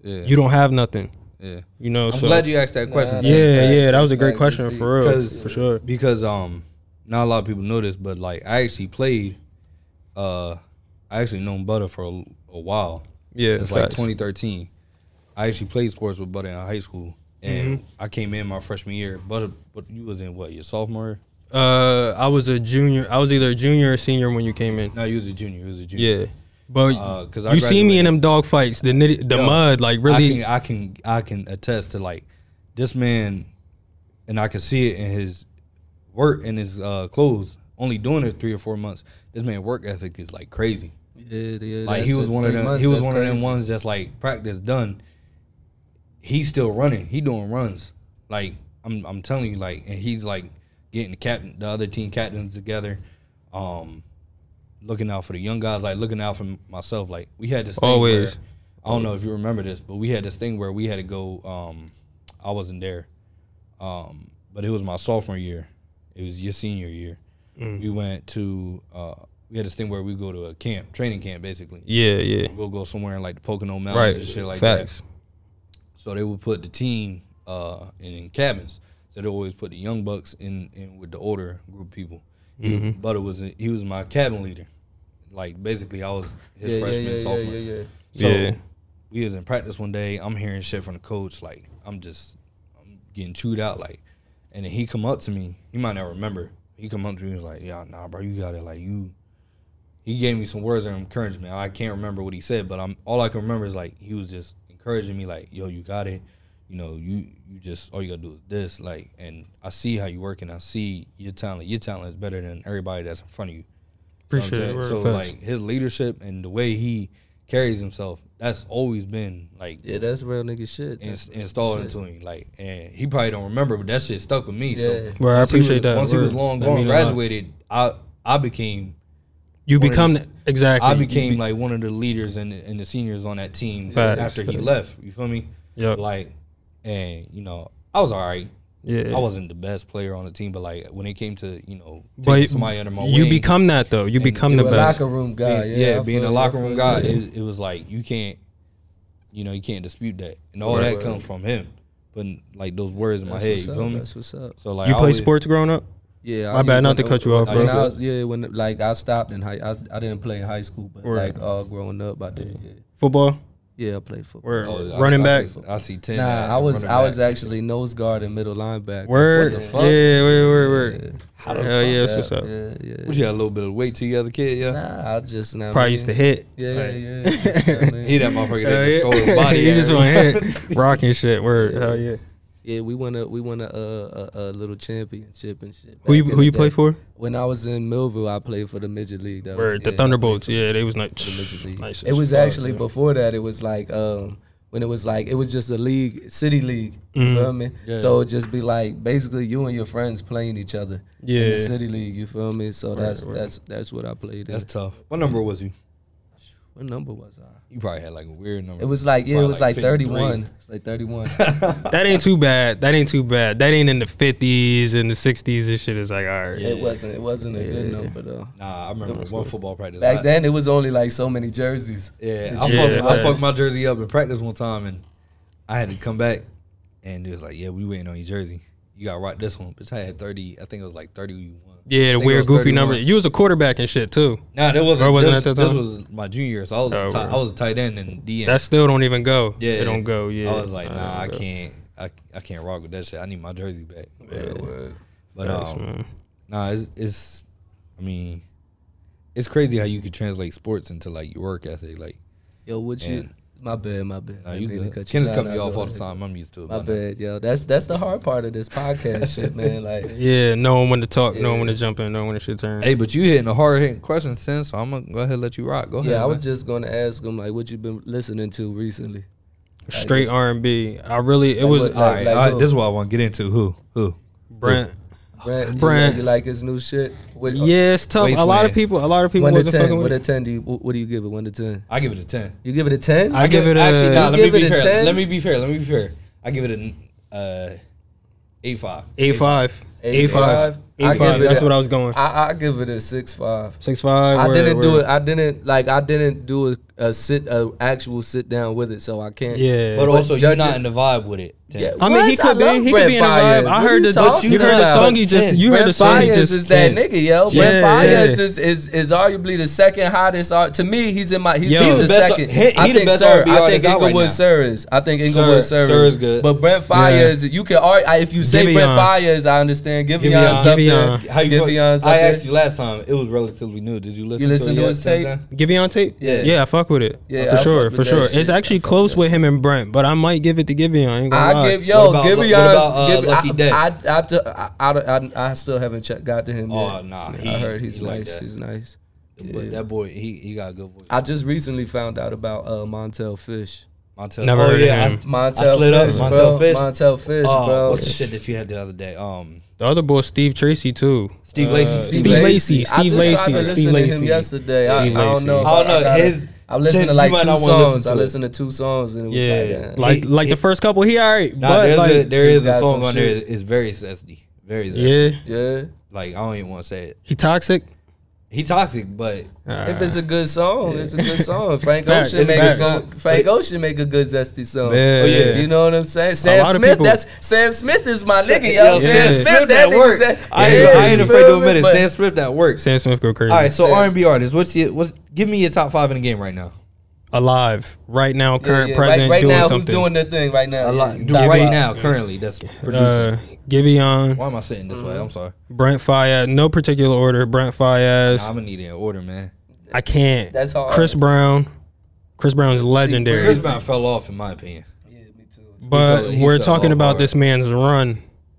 [SPEAKER 1] yeah.
[SPEAKER 4] you don't have nothing.
[SPEAKER 1] yeah.
[SPEAKER 4] You know,
[SPEAKER 1] I'm
[SPEAKER 4] so
[SPEAKER 1] glad you asked that question.
[SPEAKER 2] that's
[SPEAKER 1] Jay.
[SPEAKER 4] yeah,
[SPEAKER 2] facts,
[SPEAKER 4] yeah, that
[SPEAKER 2] that's
[SPEAKER 4] was a great
[SPEAKER 2] facts, that's
[SPEAKER 4] question
[SPEAKER 2] deep.
[SPEAKER 4] for real,
[SPEAKER 1] 'Cause-
[SPEAKER 4] for sure.
[SPEAKER 1] because um not a lot of people know this, but like I actually played uh I actually known Butter for a, a while.
[SPEAKER 4] Yeah,
[SPEAKER 1] It's like
[SPEAKER 4] facts.
[SPEAKER 1] 2013. I actually played sports with Butter in high school, and
[SPEAKER 4] Mm-hmm.
[SPEAKER 1] I came in my freshman year. Butter, but you was in what your sophomore?
[SPEAKER 4] Uh, I was a junior. I was either a junior or senior when you came in.
[SPEAKER 1] No, you was a junior. You was a junior.
[SPEAKER 4] Yeah, but
[SPEAKER 1] Uh, 'cause I
[SPEAKER 4] you see me
[SPEAKER 1] graduated.
[SPEAKER 4] in them dog fights, the nitty, the
[SPEAKER 1] Yo,
[SPEAKER 4] mud, like really.
[SPEAKER 1] I can, I can I can attest to like this man, and I can see it in his work and his uh, clothes. Only doing it three or four months. This man work ethic is like crazy.
[SPEAKER 2] Yeah, yeah,
[SPEAKER 1] Like
[SPEAKER 2] that's
[SPEAKER 1] he was
[SPEAKER 2] it.
[SPEAKER 1] one of
[SPEAKER 2] Three
[SPEAKER 1] them.
[SPEAKER 2] months,
[SPEAKER 1] he was
[SPEAKER 2] that's
[SPEAKER 1] one of them
[SPEAKER 2] crazy.
[SPEAKER 1] ones that's like practice done. He's still running. He doing runs. Like I'm, I'm telling you. Like and he's like getting the captain, the other team captains together. Um, looking out for the young guys. Like looking out for myself. Like we had this thing
[SPEAKER 4] Always.
[SPEAKER 1] Where, I don't know if you remember this, but we had this thing where we had to go. Um, I wasn't there, um, but it was my sophomore year. It was your senior year. We went to. Uh, we had this thing where we go to a camp, training camp, basically
[SPEAKER 4] yeah, yeah,
[SPEAKER 1] we'll go somewhere in like the Pocono Mountains
[SPEAKER 4] right.
[SPEAKER 1] and shit like
[SPEAKER 4] Facts.
[SPEAKER 1] that. So they would put the team uh, in cabins. So they always put the young bucks in, in with the older group of people. He,
[SPEAKER 4] Mm-hmm.
[SPEAKER 1] Butter was in- he was my cabin leader. Like basically, I was his
[SPEAKER 2] Yeah, yeah,
[SPEAKER 1] freshman,
[SPEAKER 2] yeah, yeah,
[SPEAKER 1] sophomore.
[SPEAKER 2] yeah, yeah.
[SPEAKER 1] So
[SPEAKER 4] Yeah.
[SPEAKER 1] we was in practice one day. I'm hearing shit from the coach. Like I'm just I'm getting chewed out. Like, and then he come up to me. He might not remember. He come up to me. He was like, "Yeah, nah, bro, you got it. Like you." He gave me some words of encouragement. I can't remember what he said, but I'm all I can remember is like he was just encouraging me. Like, "Yo, you got it. You know, you you just all you gotta do is this." Like, and I see how you work, and I see your talent. Your talent is better than everybody that's in front of you. You know what I'm
[SPEAKER 4] Appreciate it.
[SPEAKER 1] saying?
[SPEAKER 4] word,
[SPEAKER 1] So
[SPEAKER 4] facts.
[SPEAKER 1] like his leadership and the way he carries himself, that's always been like
[SPEAKER 2] Yeah, that's real nigga shit.
[SPEAKER 1] ins- installed into him. Like, and he probably don't remember, but that shit stuck with me.
[SPEAKER 2] Yeah.
[SPEAKER 1] So
[SPEAKER 4] Word, I
[SPEAKER 1] once he was-
[SPEAKER 4] appreciate that,
[SPEAKER 1] Once he was
[SPEAKER 4] word. uh,
[SPEAKER 1] long
[SPEAKER 4] That
[SPEAKER 1] gone,
[SPEAKER 4] mean a lot.
[SPEAKER 1] graduated, I I became
[SPEAKER 4] you
[SPEAKER 1] one of
[SPEAKER 4] become
[SPEAKER 1] the-
[SPEAKER 4] that- exactly.
[SPEAKER 1] I
[SPEAKER 4] you
[SPEAKER 1] became
[SPEAKER 4] be-
[SPEAKER 1] like one of the leaders and and the seniors on that team
[SPEAKER 4] Facts.
[SPEAKER 1] after he left. You feel me?
[SPEAKER 4] Yup.
[SPEAKER 1] Like, and you know, I was all right.
[SPEAKER 4] yeah.
[SPEAKER 1] I wasn't the best player on the team, but like when it came to you know taking
[SPEAKER 4] but
[SPEAKER 1] somebody under my
[SPEAKER 4] you
[SPEAKER 1] wing,
[SPEAKER 4] become that though. You become
[SPEAKER 2] you
[SPEAKER 4] the
[SPEAKER 2] a
[SPEAKER 4] best.
[SPEAKER 2] locker room guy.
[SPEAKER 1] being-
[SPEAKER 2] yeah,
[SPEAKER 1] yeah,
[SPEAKER 2] I
[SPEAKER 1] being
[SPEAKER 2] feel
[SPEAKER 1] a
[SPEAKER 2] you, I
[SPEAKER 1] locker
[SPEAKER 2] feel
[SPEAKER 1] room
[SPEAKER 2] you.
[SPEAKER 1] guy, it, it was like you can't, you know, you can't dispute that, and all
[SPEAKER 4] Right.
[SPEAKER 1] that comes from him. putting like those words in my
[SPEAKER 2] That's
[SPEAKER 1] head.
[SPEAKER 2] what's
[SPEAKER 1] You
[SPEAKER 2] up,
[SPEAKER 1] feel me?
[SPEAKER 2] That's what's up.
[SPEAKER 1] So like
[SPEAKER 4] you
[SPEAKER 1] I
[SPEAKER 4] play
[SPEAKER 1] always-
[SPEAKER 4] sports growing up?
[SPEAKER 2] Yeah,
[SPEAKER 4] My
[SPEAKER 2] I,
[SPEAKER 4] bad,
[SPEAKER 2] yeah,
[SPEAKER 4] not
[SPEAKER 2] when-
[SPEAKER 4] to cut you off,
[SPEAKER 1] bro.
[SPEAKER 2] When I was, yeah, when like I stopped in high, I, I didn't play in high school, but
[SPEAKER 4] Right.
[SPEAKER 2] like all growing up, I did. Yeah,
[SPEAKER 4] Football
[SPEAKER 2] yeah I played football.
[SPEAKER 4] or
[SPEAKER 1] Oh, I-
[SPEAKER 4] running
[SPEAKER 1] I,
[SPEAKER 4] back?
[SPEAKER 1] I, see ten.
[SPEAKER 2] Nah, I was
[SPEAKER 1] running
[SPEAKER 2] I was
[SPEAKER 1] back.
[SPEAKER 2] actually nose guard and middle linebacker.
[SPEAKER 4] Word.
[SPEAKER 1] the fuck?
[SPEAKER 4] Yeah, word, word, word.
[SPEAKER 1] How the
[SPEAKER 4] Hell yeah, that's
[SPEAKER 2] Yeah,
[SPEAKER 4] what's up.
[SPEAKER 2] Yeah, yeah.
[SPEAKER 1] What you had a little bit of weight to you as a kid, yeah.
[SPEAKER 2] Nah, I just now
[SPEAKER 4] Probably used to hit.
[SPEAKER 2] Yeah,
[SPEAKER 4] Like,
[SPEAKER 2] yeah, yeah. Just, you know what I mean?
[SPEAKER 1] He that motherfucker
[SPEAKER 4] hell
[SPEAKER 1] that just
[SPEAKER 4] yeah.
[SPEAKER 1] throw his body.
[SPEAKER 4] He
[SPEAKER 1] at
[SPEAKER 4] just
[SPEAKER 1] me.
[SPEAKER 4] want to hit. Rocking shit. Word. Hell yeah.
[SPEAKER 2] Oh, Yeah, we won a we won a a, a, a little championship and shit.
[SPEAKER 4] Who you
[SPEAKER 2] back in
[SPEAKER 4] who
[SPEAKER 2] the
[SPEAKER 4] you
[SPEAKER 2] day.
[SPEAKER 4] play for?
[SPEAKER 2] When I was in Millville, I played for the midget league. That
[SPEAKER 4] Word.
[SPEAKER 2] was,
[SPEAKER 4] The
[SPEAKER 2] yeah,
[SPEAKER 4] Thunderbolts. Yeah, they was nice.
[SPEAKER 2] the midget league.
[SPEAKER 4] nice
[SPEAKER 2] it
[SPEAKER 4] as
[SPEAKER 2] was
[SPEAKER 4] fuck,
[SPEAKER 2] actually
[SPEAKER 4] yeah.
[SPEAKER 2] before that. It was like um when it was like it was just a league, city league.
[SPEAKER 4] Mm-hmm.
[SPEAKER 2] You feel me?
[SPEAKER 1] Yeah.
[SPEAKER 2] So it'd just be like basically you and your friends playing each other. In
[SPEAKER 4] Yeah.
[SPEAKER 2] the city league. You feel me? So that's
[SPEAKER 4] word.
[SPEAKER 2] that's that's what I played.
[SPEAKER 1] That's
[SPEAKER 2] That's
[SPEAKER 1] tough. What number was you?
[SPEAKER 2] what number was I?
[SPEAKER 1] You probably had like a weird number.
[SPEAKER 2] It was like yeah,
[SPEAKER 1] Probably
[SPEAKER 2] it was like,
[SPEAKER 1] 53.
[SPEAKER 2] thirty one. It's like thirty one.
[SPEAKER 4] That ain't too bad. That ain't too bad. That ain't in the fifties and the sixties. This shit is like all right.
[SPEAKER 2] It wasn't it wasn't a good number though.
[SPEAKER 1] Nah, I remember one football practice. I-
[SPEAKER 2] Back then, it was only like so many jerseys.
[SPEAKER 1] Yeah,
[SPEAKER 4] you-
[SPEAKER 1] I, fucked, I
[SPEAKER 4] Yeah.
[SPEAKER 1] fucked my jersey up in practice one time, and I had to come back, and it was like, "Yeah, we waiting on your jersey. You got to rock this one." Bitch, I had thirty. I think it was like thirty-one. I
[SPEAKER 4] Yeah, the
[SPEAKER 1] think it
[SPEAKER 4] weird
[SPEAKER 1] was
[SPEAKER 4] goofy
[SPEAKER 1] 31.
[SPEAKER 4] number. You was a quarterback and shit too.
[SPEAKER 1] Nah, that wasn't.
[SPEAKER 4] Or wasn't
[SPEAKER 1] this,
[SPEAKER 4] at that time?
[SPEAKER 1] This was my junior, year, so I was
[SPEAKER 4] Oh,
[SPEAKER 1] a tight,
[SPEAKER 4] word.
[SPEAKER 1] I was a tight end and DN.
[SPEAKER 4] That still don't even go.
[SPEAKER 1] yeah,
[SPEAKER 4] Yeah, it don't go. Yeah,
[SPEAKER 1] I was like,
[SPEAKER 4] That
[SPEAKER 1] "Nah, I
[SPEAKER 4] don't go.
[SPEAKER 1] can't. I, I can't rock with that shit. I need my jersey back." But
[SPEAKER 4] Thanks,
[SPEAKER 1] um,
[SPEAKER 4] man.
[SPEAKER 1] nah, it's, it's. I mean, it's crazy how you could translate sports into like your work ethic. Like,
[SPEAKER 2] Yo, would you? My bad, my bad.
[SPEAKER 1] nah,
[SPEAKER 2] I
[SPEAKER 1] you
[SPEAKER 2] didn't mean to
[SPEAKER 1] good.
[SPEAKER 2] cut
[SPEAKER 1] Ken's
[SPEAKER 2] down.
[SPEAKER 1] cutting
[SPEAKER 2] I
[SPEAKER 1] me off
[SPEAKER 2] know
[SPEAKER 1] all the
[SPEAKER 2] that.
[SPEAKER 1] time. I'm used to it. by
[SPEAKER 2] My
[SPEAKER 1] now.
[SPEAKER 2] bad, yo. That's that's the hard part of this podcast shit, man. Like,
[SPEAKER 4] Yeah, knowing when to talk, knowing when to
[SPEAKER 2] Yeah.
[SPEAKER 4] jump in, knowing when it's your turn.
[SPEAKER 1] Hey, but you hitting a hard hitting question, Sin, so I'm gonna go ahead and let you rock. Go ahead.
[SPEAKER 2] yeah, I was
[SPEAKER 1] man.
[SPEAKER 2] just gonna ask him like, what you been listening to recently?
[SPEAKER 4] Straight R and B. I really, it
[SPEAKER 2] Like
[SPEAKER 4] was uh,
[SPEAKER 2] what-
[SPEAKER 1] all right,
[SPEAKER 2] like uh,
[SPEAKER 1] all right,
[SPEAKER 2] who?
[SPEAKER 1] This is what I want to get into. Who? Who?
[SPEAKER 4] Brent.
[SPEAKER 1] Oh,
[SPEAKER 2] Brent, you
[SPEAKER 4] Brent.
[SPEAKER 2] like- You like his new shit? What,
[SPEAKER 4] Yeah, it's tough. A lot of
[SPEAKER 1] Wasteland.
[SPEAKER 4] people, a lot of people
[SPEAKER 2] One to
[SPEAKER 4] wasn't fucking
[SPEAKER 2] ten. What
[SPEAKER 4] with
[SPEAKER 2] a
[SPEAKER 4] it.
[SPEAKER 2] ten? Do you? wh- What do you give it? One to ten?
[SPEAKER 1] I give it a ten.
[SPEAKER 2] You give it a ten?
[SPEAKER 4] I give it a-
[SPEAKER 1] Actually, nah,
[SPEAKER 2] You
[SPEAKER 1] let me
[SPEAKER 2] give
[SPEAKER 1] be
[SPEAKER 2] it a
[SPEAKER 1] fair.
[SPEAKER 2] 10?
[SPEAKER 1] Let me be fair. Let me be fair. I give it an uh, eight five.
[SPEAKER 4] A five. A five.
[SPEAKER 2] A5? I
[SPEAKER 4] A five.
[SPEAKER 2] give it
[SPEAKER 4] That's
[SPEAKER 2] a-
[SPEAKER 4] what I was going.
[SPEAKER 2] I, I give it a six five.
[SPEAKER 4] Six five.
[SPEAKER 2] I
[SPEAKER 4] word,
[SPEAKER 2] didn't do
[SPEAKER 4] word.
[SPEAKER 2] it. I didn't like. I didn't do a, a sit, a actual sit down with it, so I can't.
[SPEAKER 4] Yeah.
[SPEAKER 1] But also, you're
[SPEAKER 2] judge
[SPEAKER 1] not
[SPEAKER 2] it-
[SPEAKER 1] in the vibe with it.
[SPEAKER 2] Yeah,
[SPEAKER 4] I mean, he
[SPEAKER 2] what?
[SPEAKER 4] could be.
[SPEAKER 2] love
[SPEAKER 4] He
[SPEAKER 2] Brent
[SPEAKER 4] could be in the
[SPEAKER 2] Fires.
[SPEAKER 4] vibe. I
[SPEAKER 2] What
[SPEAKER 4] heard
[SPEAKER 2] you
[SPEAKER 4] the.
[SPEAKER 2] talking
[SPEAKER 4] You heard the
[SPEAKER 2] about?
[SPEAKER 4] song he just. You heard
[SPEAKER 2] Brent
[SPEAKER 4] the song he
[SPEAKER 2] Fires
[SPEAKER 4] just.
[SPEAKER 2] is that
[SPEAKER 4] said.
[SPEAKER 2] nigga, yo.
[SPEAKER 4] Yeah,
[SPEAKER 2] Brent Fires
[SPEAKER 4] yeah.
[SPEAKER 2] is, is is arguably the second hottest. Art. To me, he's in my. He's,
[SPEAKER 4] Yo.
[SPEAKER 2] he's
[SPEAKER 4] He
[SPEAKER 2] the,
[SPEAKER 4] the
[SPEAKER 1] best-
[SPEAKER 2] second.
[SPEAKER 1] he- he
[SPEAKER 2] I
[SPEAKER 1] the
[SPEAKER 2] think
[SPEAKER 1] best
[SPEAKER 2] Sir.
[SPEAKER 1] R&B
[SPEAKER 2] I
[SPEAKER 1] artist
[SPEAKER 2] think
[SPEAKER 1] out right
[SPEAKER 2] Inglewood
[SPEAKER 1] now.
[SPEAKER 2] Sir is. I think Inglewood Sir.
[SPEAKER 1] Sir is good.
[SPEAKER 2] But Brent Fires, you can. ar- I- If you say Brent
[SPEAKER 4] Giveon.
[SPEAKER 2] Fires, I understand.
[SPEAKER 1] Giveon.
[SPEAKER 2] Givion's up there.
[SPEAKER 4] Giveon.
[SPEAKER 1] How you? feel-
[SPEAKER 2] Givion's up
[SPEAKER 1] I
[SPEAKER 2] there.
[SPEAKER 1] asked you last time. It was relatively new. Did you listen?
[SPEAKER 2] listen
[SPEAKER 1] to, it
[SPEAKER 2] to
[SPEAKER 1] yet
[SPEAKER 2] his
[SPEAKER 1] since
[SPEAKER 2] tape?
[SPEAKER 1] then?
[SPEAKER 4] Give me on tape.
[SPEAKER 2] Yeah.
[SPEAKER 4] yeah, I fuck with it.
[SPEAKER 2] Yeah,
[SPEAKER 4] Yeah, for
[SPEAKER 2] I fuck
[SPEAKER 4] sure,
[SPEAKER 2] with
[SPEAKER 4] for
[SPEAKER 2] that
[SPEAKER 4] sure.
[SPEAKER 2] shit.
[SPEAKER 4] It's
[SPEAKER 2] I
[SPEAKER 4] actually
[SPEAKER 2] fuck
[SPEAKER 4] close
[SPEAKER 2] with
[SPEAKER 4] with him and Brent, but I might give it to Giveon. I ain't gonna
[SPEAKER 2] I
[SPEAKER 4] lie.
[SPEAKER 2] give yo
[SPEAKER 1] What about-
[SPEAKER 2] give
[SPEAKER 1] what
[SPEAKER 2] Giveon's.
[SPEAKER 1] about, uh,
[SPEAKER 2] give,
[SPEAKER 1] Lucky
[SPEAKER 2] I,
[SPEAKER 1] Day?
[SPEAKER 2] I, I, d- I- I- I- I still haven't checked, got to him yet.
[SPEAKER 1] Oh, nah, he-
[SPEAKER 2] I heard he's
[SPEAKER 1] he like
[SPEAKER 2] nice.
[SPEAKER 1] that.
[SPEAKER 2] he's nice.
[SPEAKER 1] But
[SPEAKER 2] Yeah.
[SPEAKER 1] that boy, he he got a good voice.
[SPEAKER 2] I just recently found out about uh, Montel Fish.
[SPEAKER 1] Montel.
[SPEAKER 4] Never
[SPEAKER 1] oh,
[SPEAKER 4] heard of
[SPEAKER 1] yeah,
[SPEAKER 4] him.
[SPEAKER 1] I-
[SPEAKER 2] Montel
[SPEAKER 1] slid up,
[SPEAKER 2] Fish,
[SPEAKER 1] Montel
[SPEAKER 2] bro.
[SPEAKER 1] Fish.
[SPEAKER 2] Montel Fish,
[SPEAKER 1] oh,
[SPEAKER 2] bro.
[SPEAKER 1] what's the shit that you had the other day? Um,
[SPEAKER 4] The other boy, Steve Tracy, too.
[SPEAKER 1] Steve Lacy. Steve
[SPEAKER 4] Steve Lacy.
[SPEAKER 2] I
[SPEAKER 4] Steve
[SPEAKER 2] just tried to
[SPEAKER 4] Lacy.
[SPEAKER 2] listen
[SPEAKER 4] Steve
[SPEAKER 2] to him
[SPEAKER 4] Lacy.
[SPEAKER 2] yesterday. I, I
[SPEAKER 4] Steve
[SPEAKER 2] don't
[SPEAKER 4] Lacy.
[SPEAKER 2] know.
[SPEAKER 4] I
[SPEAKER 2] about-
[SPEAKER 1] don't know,
[SPEAKER 2] gotta-
[SPEAKER 1] Oh, his-
[SPEAKER 2] I listened
[SPEAKER 1] Tim,
[SPEAKER 2] to
[SPEAKER 1] you
[SPEAKER 2] like
[SPEAKER 1] might
[SPEAKER 2] two
[SPEAKER 1] not wanna listen
[SPEAKER 2] songs.
[SPEAKER 1] to
[SPEAKER 2] I
[SPEAKER 1] it.
[SPEAKER 2] listened to two songs and it was like,
[SPEAKER 4] Yeah,
[SPEAKER 2] yeah.
[SPEAKER 4] like
[SPEAKER 1] He-
[SPEAKER 4] like the
[SPEAKER 1] he-
[SPEAKER 4] first couple, he alright,
[SPEAKER 1] Nah,
[SPEAKER 4] but
[SPEAKER 1] there's
[SPEAKER 4] like
[SPEAKER 1] a, there is a
[SPEAKER 2] got
[SPEAKER 1] song
[SPEAKER 2] some
[SPEAKER 1] on there.
[SPEAKER 2] shit.
[SPEAKER 1] that is very zesty, very zesty.
[SPEAKER 4] yeah,
[SPEAKER 2] yeah.
[SPEAKER 1] Like I don't even want to say it.
[SPEAKER 4] he toxic.
[SPEAKER 1] He toxic, but
[SPEAKER 2] If it's a good song, it's a good song. Frank
[SPEAKER 4] Facts,
[SPEAKER 2] Ocean make
[SPEAKER 4] facts.
[SPEAKER 2] a good, Frank Ocean make a good zesty song.
[SPEAKER 4] Yeah,
[SPEAKER 1] Oh, yeah.
[SPEAKER 2] You know what I'm saying? Sam
[SPEAKER 4] lot of
[SPEAKER 2] Smith,
[SPEAKER 4] people-
[SPEAKER 2] that's Sam Smith is my nigga,
[SPEAKER 1] Yeah,
[SPEAKER 2] yo.
[SPEAKER 1] Sam
[SPEAKER 2] Sam
[SPEAKER 4] Smith
[SPEAKER 2] Smith,
[SPEAKER 1] at
[SPEAKER 2] that
[SPEAKER 1] work.
[SPEAKER 2] nigga. Zest-
[SPEAKER 1] I ain't,
[SPEAKER 2] Yeah,
[SPEAKER 1] I ain't
[SPEAKER 2] you
[SPEAKER 1] afraid
[SPEAKER 2] feel
[SPEAKER 1] to
[SPEAKER 2] me?
[SPEAKER 1] admit it.
[SPEAKER 2] But
[SPEAKER 1] Sam Smith that works.
[SPEAKER 4] Sam Smith go crazy.
[SPEAKER 1] All right, so
[SPEAKER 2] Sam
[SPEAKER 1] R and B artists, what's your what's give me your top five in the game right now?
[SPEAKER 4] Alive, right now,
[SPEAKER 2] yeah,
[SPEAKER 4] current,
[SPEAKER 2] yeah,
[SPEAKER 4] present,
[SPEAKER 2] right, right
[SPEAKER 4] doing
[SPEAKER 2] now,
[SPEAKER 4] something.
[SPEAKER 2] who's doing their thing right now?
[SPEAKER 1] A lot,
[SPEAKER 2] Yeah,
[SPEAKER 1] do
[SPEAKER 2] top
[SPEAKER 1] right
[SPEAKER 2] five.
[SPEAKER 1] now, currently, that's producing.
[SPEAKER 4] uh, Giveon,
[SPEAKER 1] Why am I sitting this way? I'm sorry.
[SPEAKER 4] Brent Fayez, no particular order. Brent Fayez,
[SPEAKER 1] Nah, I'm gonna need it in order, man.
[SPEAKER 4] I can't.
[SPEAKER 2] That's hard.
[SPEAKER 4] Chris Brown, Chris Brown's legendary.
[SPEAKER 1] Chris Brown fell off, in my opinion.
[SPEAKER 2] Yeah, me too.
[SPEAKER 4] But
[SPEAKER 1] He fell- he
[SPEAKER 4] we're
[SPEAKER 1] fell
[SPEAKER 4] talking
[SPEAKER 1] off
[SPEAKER 4] about
[SPEAKER 1] hard.
[SPEAKER 4] this man's run,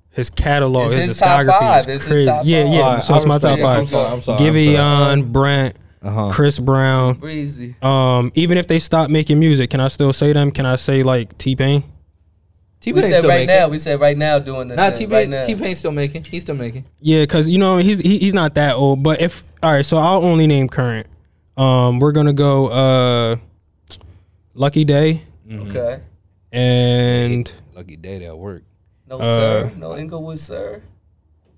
[SPEAKER 4] his catalog,
[SPEAKER 2] It's
[SPEAKER 4] his,
[SPEAKER 2] his top
[SPEAKER 4] discography.
[SPEAKER 2] five.
[SPEAKER 4] is
[SPEAKER 2] It's his
[SPEAKER 4] crazy.
[SPEAKER 2] top
[SPEAKER 4] yeah,
[SPEAKER 2] five.
[SPEAKER 4] yeah.
[SPEAKER 1] Alright,
[SPEAKER 4] so
[SPEAKER 1] I
[SPEAKER 4] it's my top
[SPEAKER 1] respect it. I'm
[SPEAKER 4] five.
[SPEAKER 1] sorry. I'm sorry.
[SPEAKER 4] Giveon, Brent,
[SPEAKER 1] Uh huh.
[SPEAKER 4] Chris Brown.
[SPEAKER 2] Breezy.
[SPEAKER 4] Um, even if they stop making music, can I still say them? Can I say like T Pain?
[SPEAKER 1] T
[SPEAKER 2] We
[SPEAKER 1] Pain
[SPEAKER 2] said
[SPEAKER 1] still
[SPEAKER 2] right
[SPEAKER 1] making.
[SPEAKER 2] now. We said right now doing the
[SPEAKER 1] Nah, T
[SPEAKER 2] thing, right
[SPEAKER 1] Pain.
[SPEAKER 2] now.
[SPEAKER 1] T Pain still making. He's still making.
[SPEAKER 4] Yeah, because you know he's he, he's not that old. But if all right, so I'll only name current. Um, we're gonna go uh, Lucky Day
[SPEAKER 1] Mm-hmm.
[SPEAKER 2] Okay.
[SPEAKER 4] and
[SPEAKER 1] Lucky day that work.
[SPEAKER 2] No
[SPEAKER 1] Uh,
[SPEAKER 2] sir. No Inglewood sir.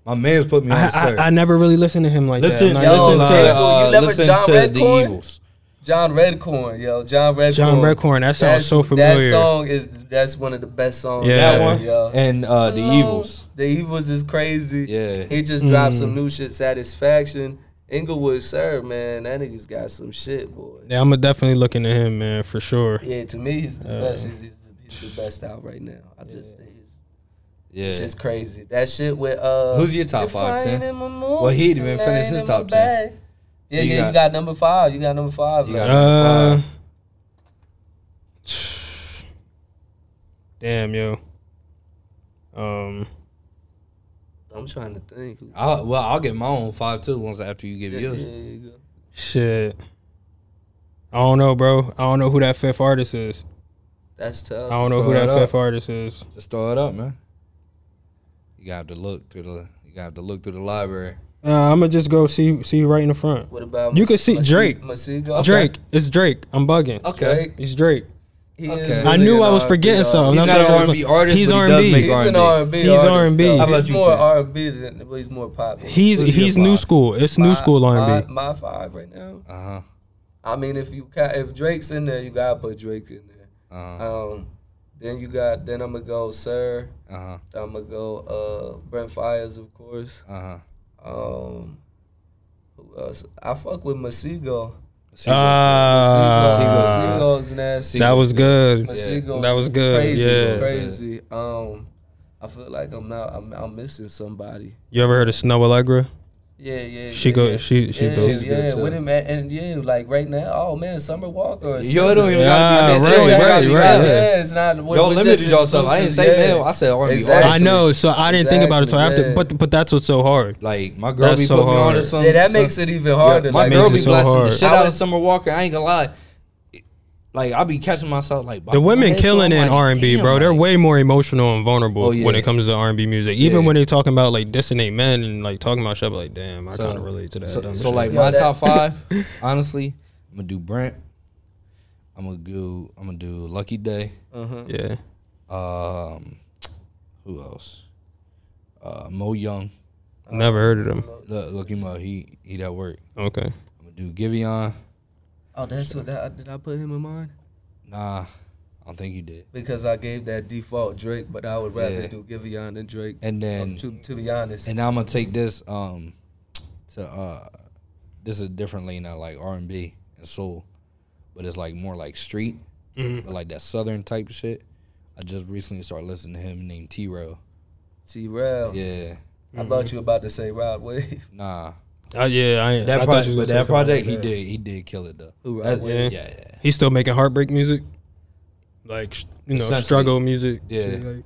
[SPEAKER 1] My man's put me on,
[SPEAKER 4] I,
[SPEAKER 1] sir.
[SPEAKER 4] I, I never really listened to him like
[SPEAKER 1] listen,
[SPEAKER 4] that.
[SPEAKER 2] Yo,
[SPEAKER 4] not gonna
[SPEAKER 1] listen
[SPEAKER 4] lie.
[SPEAKER 1] to
[SPEAKER 2] Kendall, you
[SPEAKER 1] uh,
[SPEAKER 2] never
[SPEAKER 1] listen
[SPEAKER 2] John
[SPEAKER 1] to the
[SPEAKER 2] Redcorn?
[SPEAKER 1] Eagles.
[SPEAKER 2] John Redcorn, yo, John Redcorn.
[SPEAKER 4] John Redcorn, that sounds so
[SPEAKER 2] That
[SPEAKER 4] familiar.
[SPEAKER 2] song is that's one of the best songs.
[SPEAKER 4] Yeah.
[SPEAKER 1] That
[SPEAKER 2] ever,
[SPEAKER 1] one
[SPEAKER 2] yo.
[SPEAKER 1] and uh, the
[SPEAKER 2] Hello.
[SPEAKER 1] Evils.
[SPEAKER 2] The Evils is crazy.
[SPEAKER 1] Yeah.
[SPEAKER 2] He just dropped
[SPEAKER 4] Mm.
[SPEAKER 2] some new shit, Satisfaction. Inglewood, sir, man, that nigga's got some shit, boy.
[SPEAKER 4] Yeah, I'm definitely looking at him, man, for sure.
[SPEAKER 2] Yeah, to me, he's the
[SPEAKER 4] Uh,
[SPEAKER 2] best. He's, he's, the, he's the best out right now. I just think it's,
[SPEAKER 1] Yeah.
[SPEAKER 2] it's just crazy. That shit with uh.
[SPEAKER 1] Who's your top
[SPEAKER 2] if
[SPEAKER 1] five,
[SPEAKER 2] I
[SPEAKER 1] Tim?
[SPEAKER 2] ain't in my mood,
[SPEAKER 1] Well, he didn't even
[SPEAKER 2] I
[SPEAKER 1] finish
[SPEAKER 2] ain't
[SPEAKER 1] his
[SPEAKER 2] in
[SPEAKER 1] top 10.
[SPEAKER 2] my bag. Yeah,
[SPEAKER 1] So you
[SPEAKER 2] yeah,
[SPEAKER 1] got-
[SPEAKER 2] you got number five. You got number five.
[SPEAKER 1] You
[SPEAKER 2] man.
[SPEAKER 1] got- Number
[SPEAKER 4] Uh, damn, yo. Um, Uh,
[SPEAKER 2] I'm trying to think. who-
[SPEAKER 1] I'll, well, I'll get my own five too. Once after you give
[SPEAKER 2] Yeah,
[SPEAKER 1] yours,
[SPEAKER 2] yeah, you go.
[SPEAKER 4] shit. I don't know, bro. I don't know who that fifth artist is.
[SPEAKER 2] That's
[SPEAKER 4] I
[SPEAKER 2] tough.
[SPEAKER 4] don't know
[SPEAKER 1] Just throw
[SPEAKER 4] who that
[SPEAKER 1] it up.
[SPEAKER 4] fifth artist is.
[SPEAKER 1] just throw it up, man. You gotta have to look through the. You gotta have to look through the library.
[SPEAKER 4] Uh, I'm gonna just go see see right in the front.
[SPEAKER 2] What about
[SPEAKER 4] You
[SPEAKER 2] Mas-
[SPEAKER 4] could see
[SPEAKER 2] Mas-
[SPEAKER 4] Drake.
[SPEAKER 2] Masigo?
[SPEAKER 4] Drake, it's Drake. I'm bugging.
[SPEAKER 1] Okay.
[SPEAKER 4] It's Drake.
[SPEAKER 2] He
[SPEAKER 1] Okay.
[SPEAKER 2] is
[SPEAKER 1] I
[SPEAKER 4] I
[SPEAKER 2] really
[SPEAKER 4] knew
[SPEAKER 2] an
[SPEAKER 4] I was
[SPEAKER 2] R&B
[SPEAKER 4] forgetting
[SPEAKER 2] artist.
[SPEAKER 4] something.
[SPEAKER 1] uh, He's
[SPEAKER 4] That's
[SPEAKER 1] not
[SPEAKER 4] what
[SPEAKER 1] an
[SPEAKER 4] I was
[SPEAKER 1] R&B
[SPEAKER 4] like-
[SPEAKER 1] artist,
[SPEAKER 4] He's
[SPEAKER 1] but he
[SPEAKER 4] R&B.
[SPEAKER 1] does make
[SPEAKER 2] He's an
[SPEAKER 1] R&B.
[SPEAKER 2] R&B.
[SPEAKER 4] He's R&B.
[SPEAKER 2] Though.
[SPEAKER 4] How
[SPEAKER 1] about
[SPEAKER 2] he's
[SPEAKER 1] you,
[SPEAKER 2] more
[SPEAKER 1] Tim?
[SPEAKER 2] R&B than, but he's more popular.
[SPEAKER 4] He's
[SPEAKER 1] Who's your
[SPEAKER 4] he's new
[SPEAKER 1] five?
[SPEAKER 4] school. It's
[SPEAKER 2] My-
[SPEAKER 4] new school R&B.
[SPEAKER 2] My, my five right now.
[SPEAKER 1] Uh huh.
[SPEAKER 2] I mean, if you ca- if Drake's in there, you gotta put Drake in there.
[SPEAKER 1] Uh huh.
[SPEAKER 4] Uh-huh.
[SPEAKER 2] Um, then you got then I'm gonna go Sir.
[SPEAKER 1] Uh huh.
[SPEAKER 2] I'm gonna go uh Brent Fires of course.
[SPEAKER 1] Uh huh.
[SPEAKER 2] Um, who else? I fuck with Masigo. Uh,
[SPEAKER 4] Ah.
[SPEAKER 2] Masigo, Masigo's nasty.
[SPEAKER 4] Uh, that was good.
[SPEAKER 2] Masigo's
[SPEAKER 4] That was good,
[SPEAKER 2] Crazy,
[SPEAKER 4] yeah.
[SPEAKER 2] crazy. Um, I feel like I'm not. I'm, I'm missing somebody.
[SPEAKER 4] You ever heard of Snow Allegra?
[SPEAKER 2] Yeah, yeah.
[SPEAKER 4] She
[SPEAKER 2] yeah,
[SPEAKER 4] go.
[SPEAKER 2] yeah.
[SPEAKER 4] She she's
[SPEAKER 2] yeah,
[SPEAKER 4] dope.
[SPEAKER 1] She's good,
[SPEAKER 2] yeah,
[SPEAKER 1] too.
[SPEAKER 2] with him, and, and yeah, like right now, oh man, Summer Walker. Or
[SPEAKER 1] Yo, it don't even
[SPEAKER 2] SZA.
[SPEAKER 1] gotta be. I mean,
[SPEAKER 4] Yeah,
[SPEAKER 1] it don't even
[SPEAKER 4] right,
[SPEAKER 1] gotta be
[SPEAKER 4] right,
[SPEAKER 1] rap.
[SPEAKER 4] right.
[SPEAKER 2] Yeah, it's not. what-
[SPEAKER 1] Don't
[SPEAKER 2] what
[SPEAKER 1] limit
[SPEAKER 2] just
[SPEAKER 1] yourself. I didn't say
[SPEAKER 2] exclusive, yeah.
[SPEAKER 1] male. I said R&B.
[SPEAKER 2] Exactly.
[SPEAKER 4] I know, so I didn't think about it until
[SPEAKER 2] Exactly,
[SPEAKER 4] after. But but that's what's so hard.
[SPEAKER 1] Like my girl
[SPEAKER 4] That's
[SPEAKER 1] be
[SPEAKER 4] so
[SPEAKER 1] putting me on
[SPEAKER 4] hard.
[SPEAKER 1] to some.
[SPEAKER 2] Yeah, that
[SPEAKER 1] some-
[SPEAKER 2] makes it even harder.
[SPEAKER 1] Yeah, my
[SPEAKER 2] like,
[SPEAKER 4] makes
[SPEAKER 1] girl
[SPEAKER 4] it
[SPEAKER 1] be
[SPEAKER 4] so
[SPEAKER 1] blasting the
[SPEAKER 4] hard.
[SPEAKER 1] shit
[SPEAKER 2] I
[SPEAKER 1] out of
[SPEAKER 2] was-
[SPEAKER 1] Summer Walker. I ain't gonna lie. Like I be catching myself like
[SPEAKER 4] The women killing in
[SPEAKER 1] in
[SPEAKER 4] R and B, bro. They're way more emotional and vulnerable
[SPEAKER 1] Oh, yeah.
[SPEAKER 4] when it comes to R and B music. Even
[SPEAKER 1] Yeah.
[SPEAKER 4] when they talking about like dissing they men and like talking about shit, I'm like damn, I kind of relate to that.
[SPEAKER 1] So,
[SPEAKER 4] dumb
[SPEAKER 1] so
[SPEAKER 4] shit.
[SPEAKER 1] like
[SPEAKER 2] Yeah,
[SPEAKER 1] my
[SPEAKER 2] that-
[SPEAKER 1] top five, honestly, I'm gonna do Brent. I'm gonna do I'm gonna do Lucky Day.
[SPEAKER 2] uh-huh.
[SPEAKER 4] yeah,
[SPEAKER 1] Um, who else? Uh, Mo Young,
[SPEAKER 4] never heard of them.
[SPEAKER 1] Look, Lucky Mo. He he that work.
[SPEAKER 4] Okay,
[SPEAKER 1] I'm gonna do Giveon.
[SPEAKER 2] Oh, that's what that, did I put him in mind?
[SPEAKER 1] Nah, I don't think you did.
[SPEAKER 2] Because I gave that default Drake, but I would rather
[SPEAKER 1] Yeah.
[SPEAKER 2] do Giveon than Drake. Oh,
[SPEAKER 1] And then-
[SPEAKER 2] to, to be honest,
[SPEAKER 1] And now I'm gonna take this um to uh this is a different lane now, like R and B and soul, but it's like more like street,
[SPEAKER 4] Mm-hmm.
[SPEAKER 1] but like that southern type shit. I just recently started listening to him named T Rail.
[SPEAKER 2] T. Rel.
[SPEAKER 1] Yeah,
[SPEAKER 2] I thought you were about to say Rod Wave.
[SPEAKER 1] nah.
[SPEAKER 4] uh, yeah, I,
[SPEAKER 1] That
[SPEAKER 4] I thought you
[SPEAKER 1] project,
[SPEAKER 4] was
[SPEAKER 1] but that
[SPEAKER 4] gonna say something
[SPEAKER 1] project,
[SPEAKER 4] like
[SPEAKER 1] he
[SPEAKER 4] that.
[SPEAKER 1] did, he did kill it though.
[SPEAKER 2] Who
[SPEAKER 1] That-
[SPEAKER 2] Rod
[SPEAKER 1] yeah,
[SPEAKER 2] Wave?
[SPEAKER 4] Wave?
[SPEAKER 1] yeah, yeah.
[SPEAKER 4] He's still making heartbreak music, like sh- you know
[SPEAKER 1] Essentially.
[SPEAKER 4] struggle music.
[SPEAKER 1] Yeah.
[SPEAKER 4] shit, like-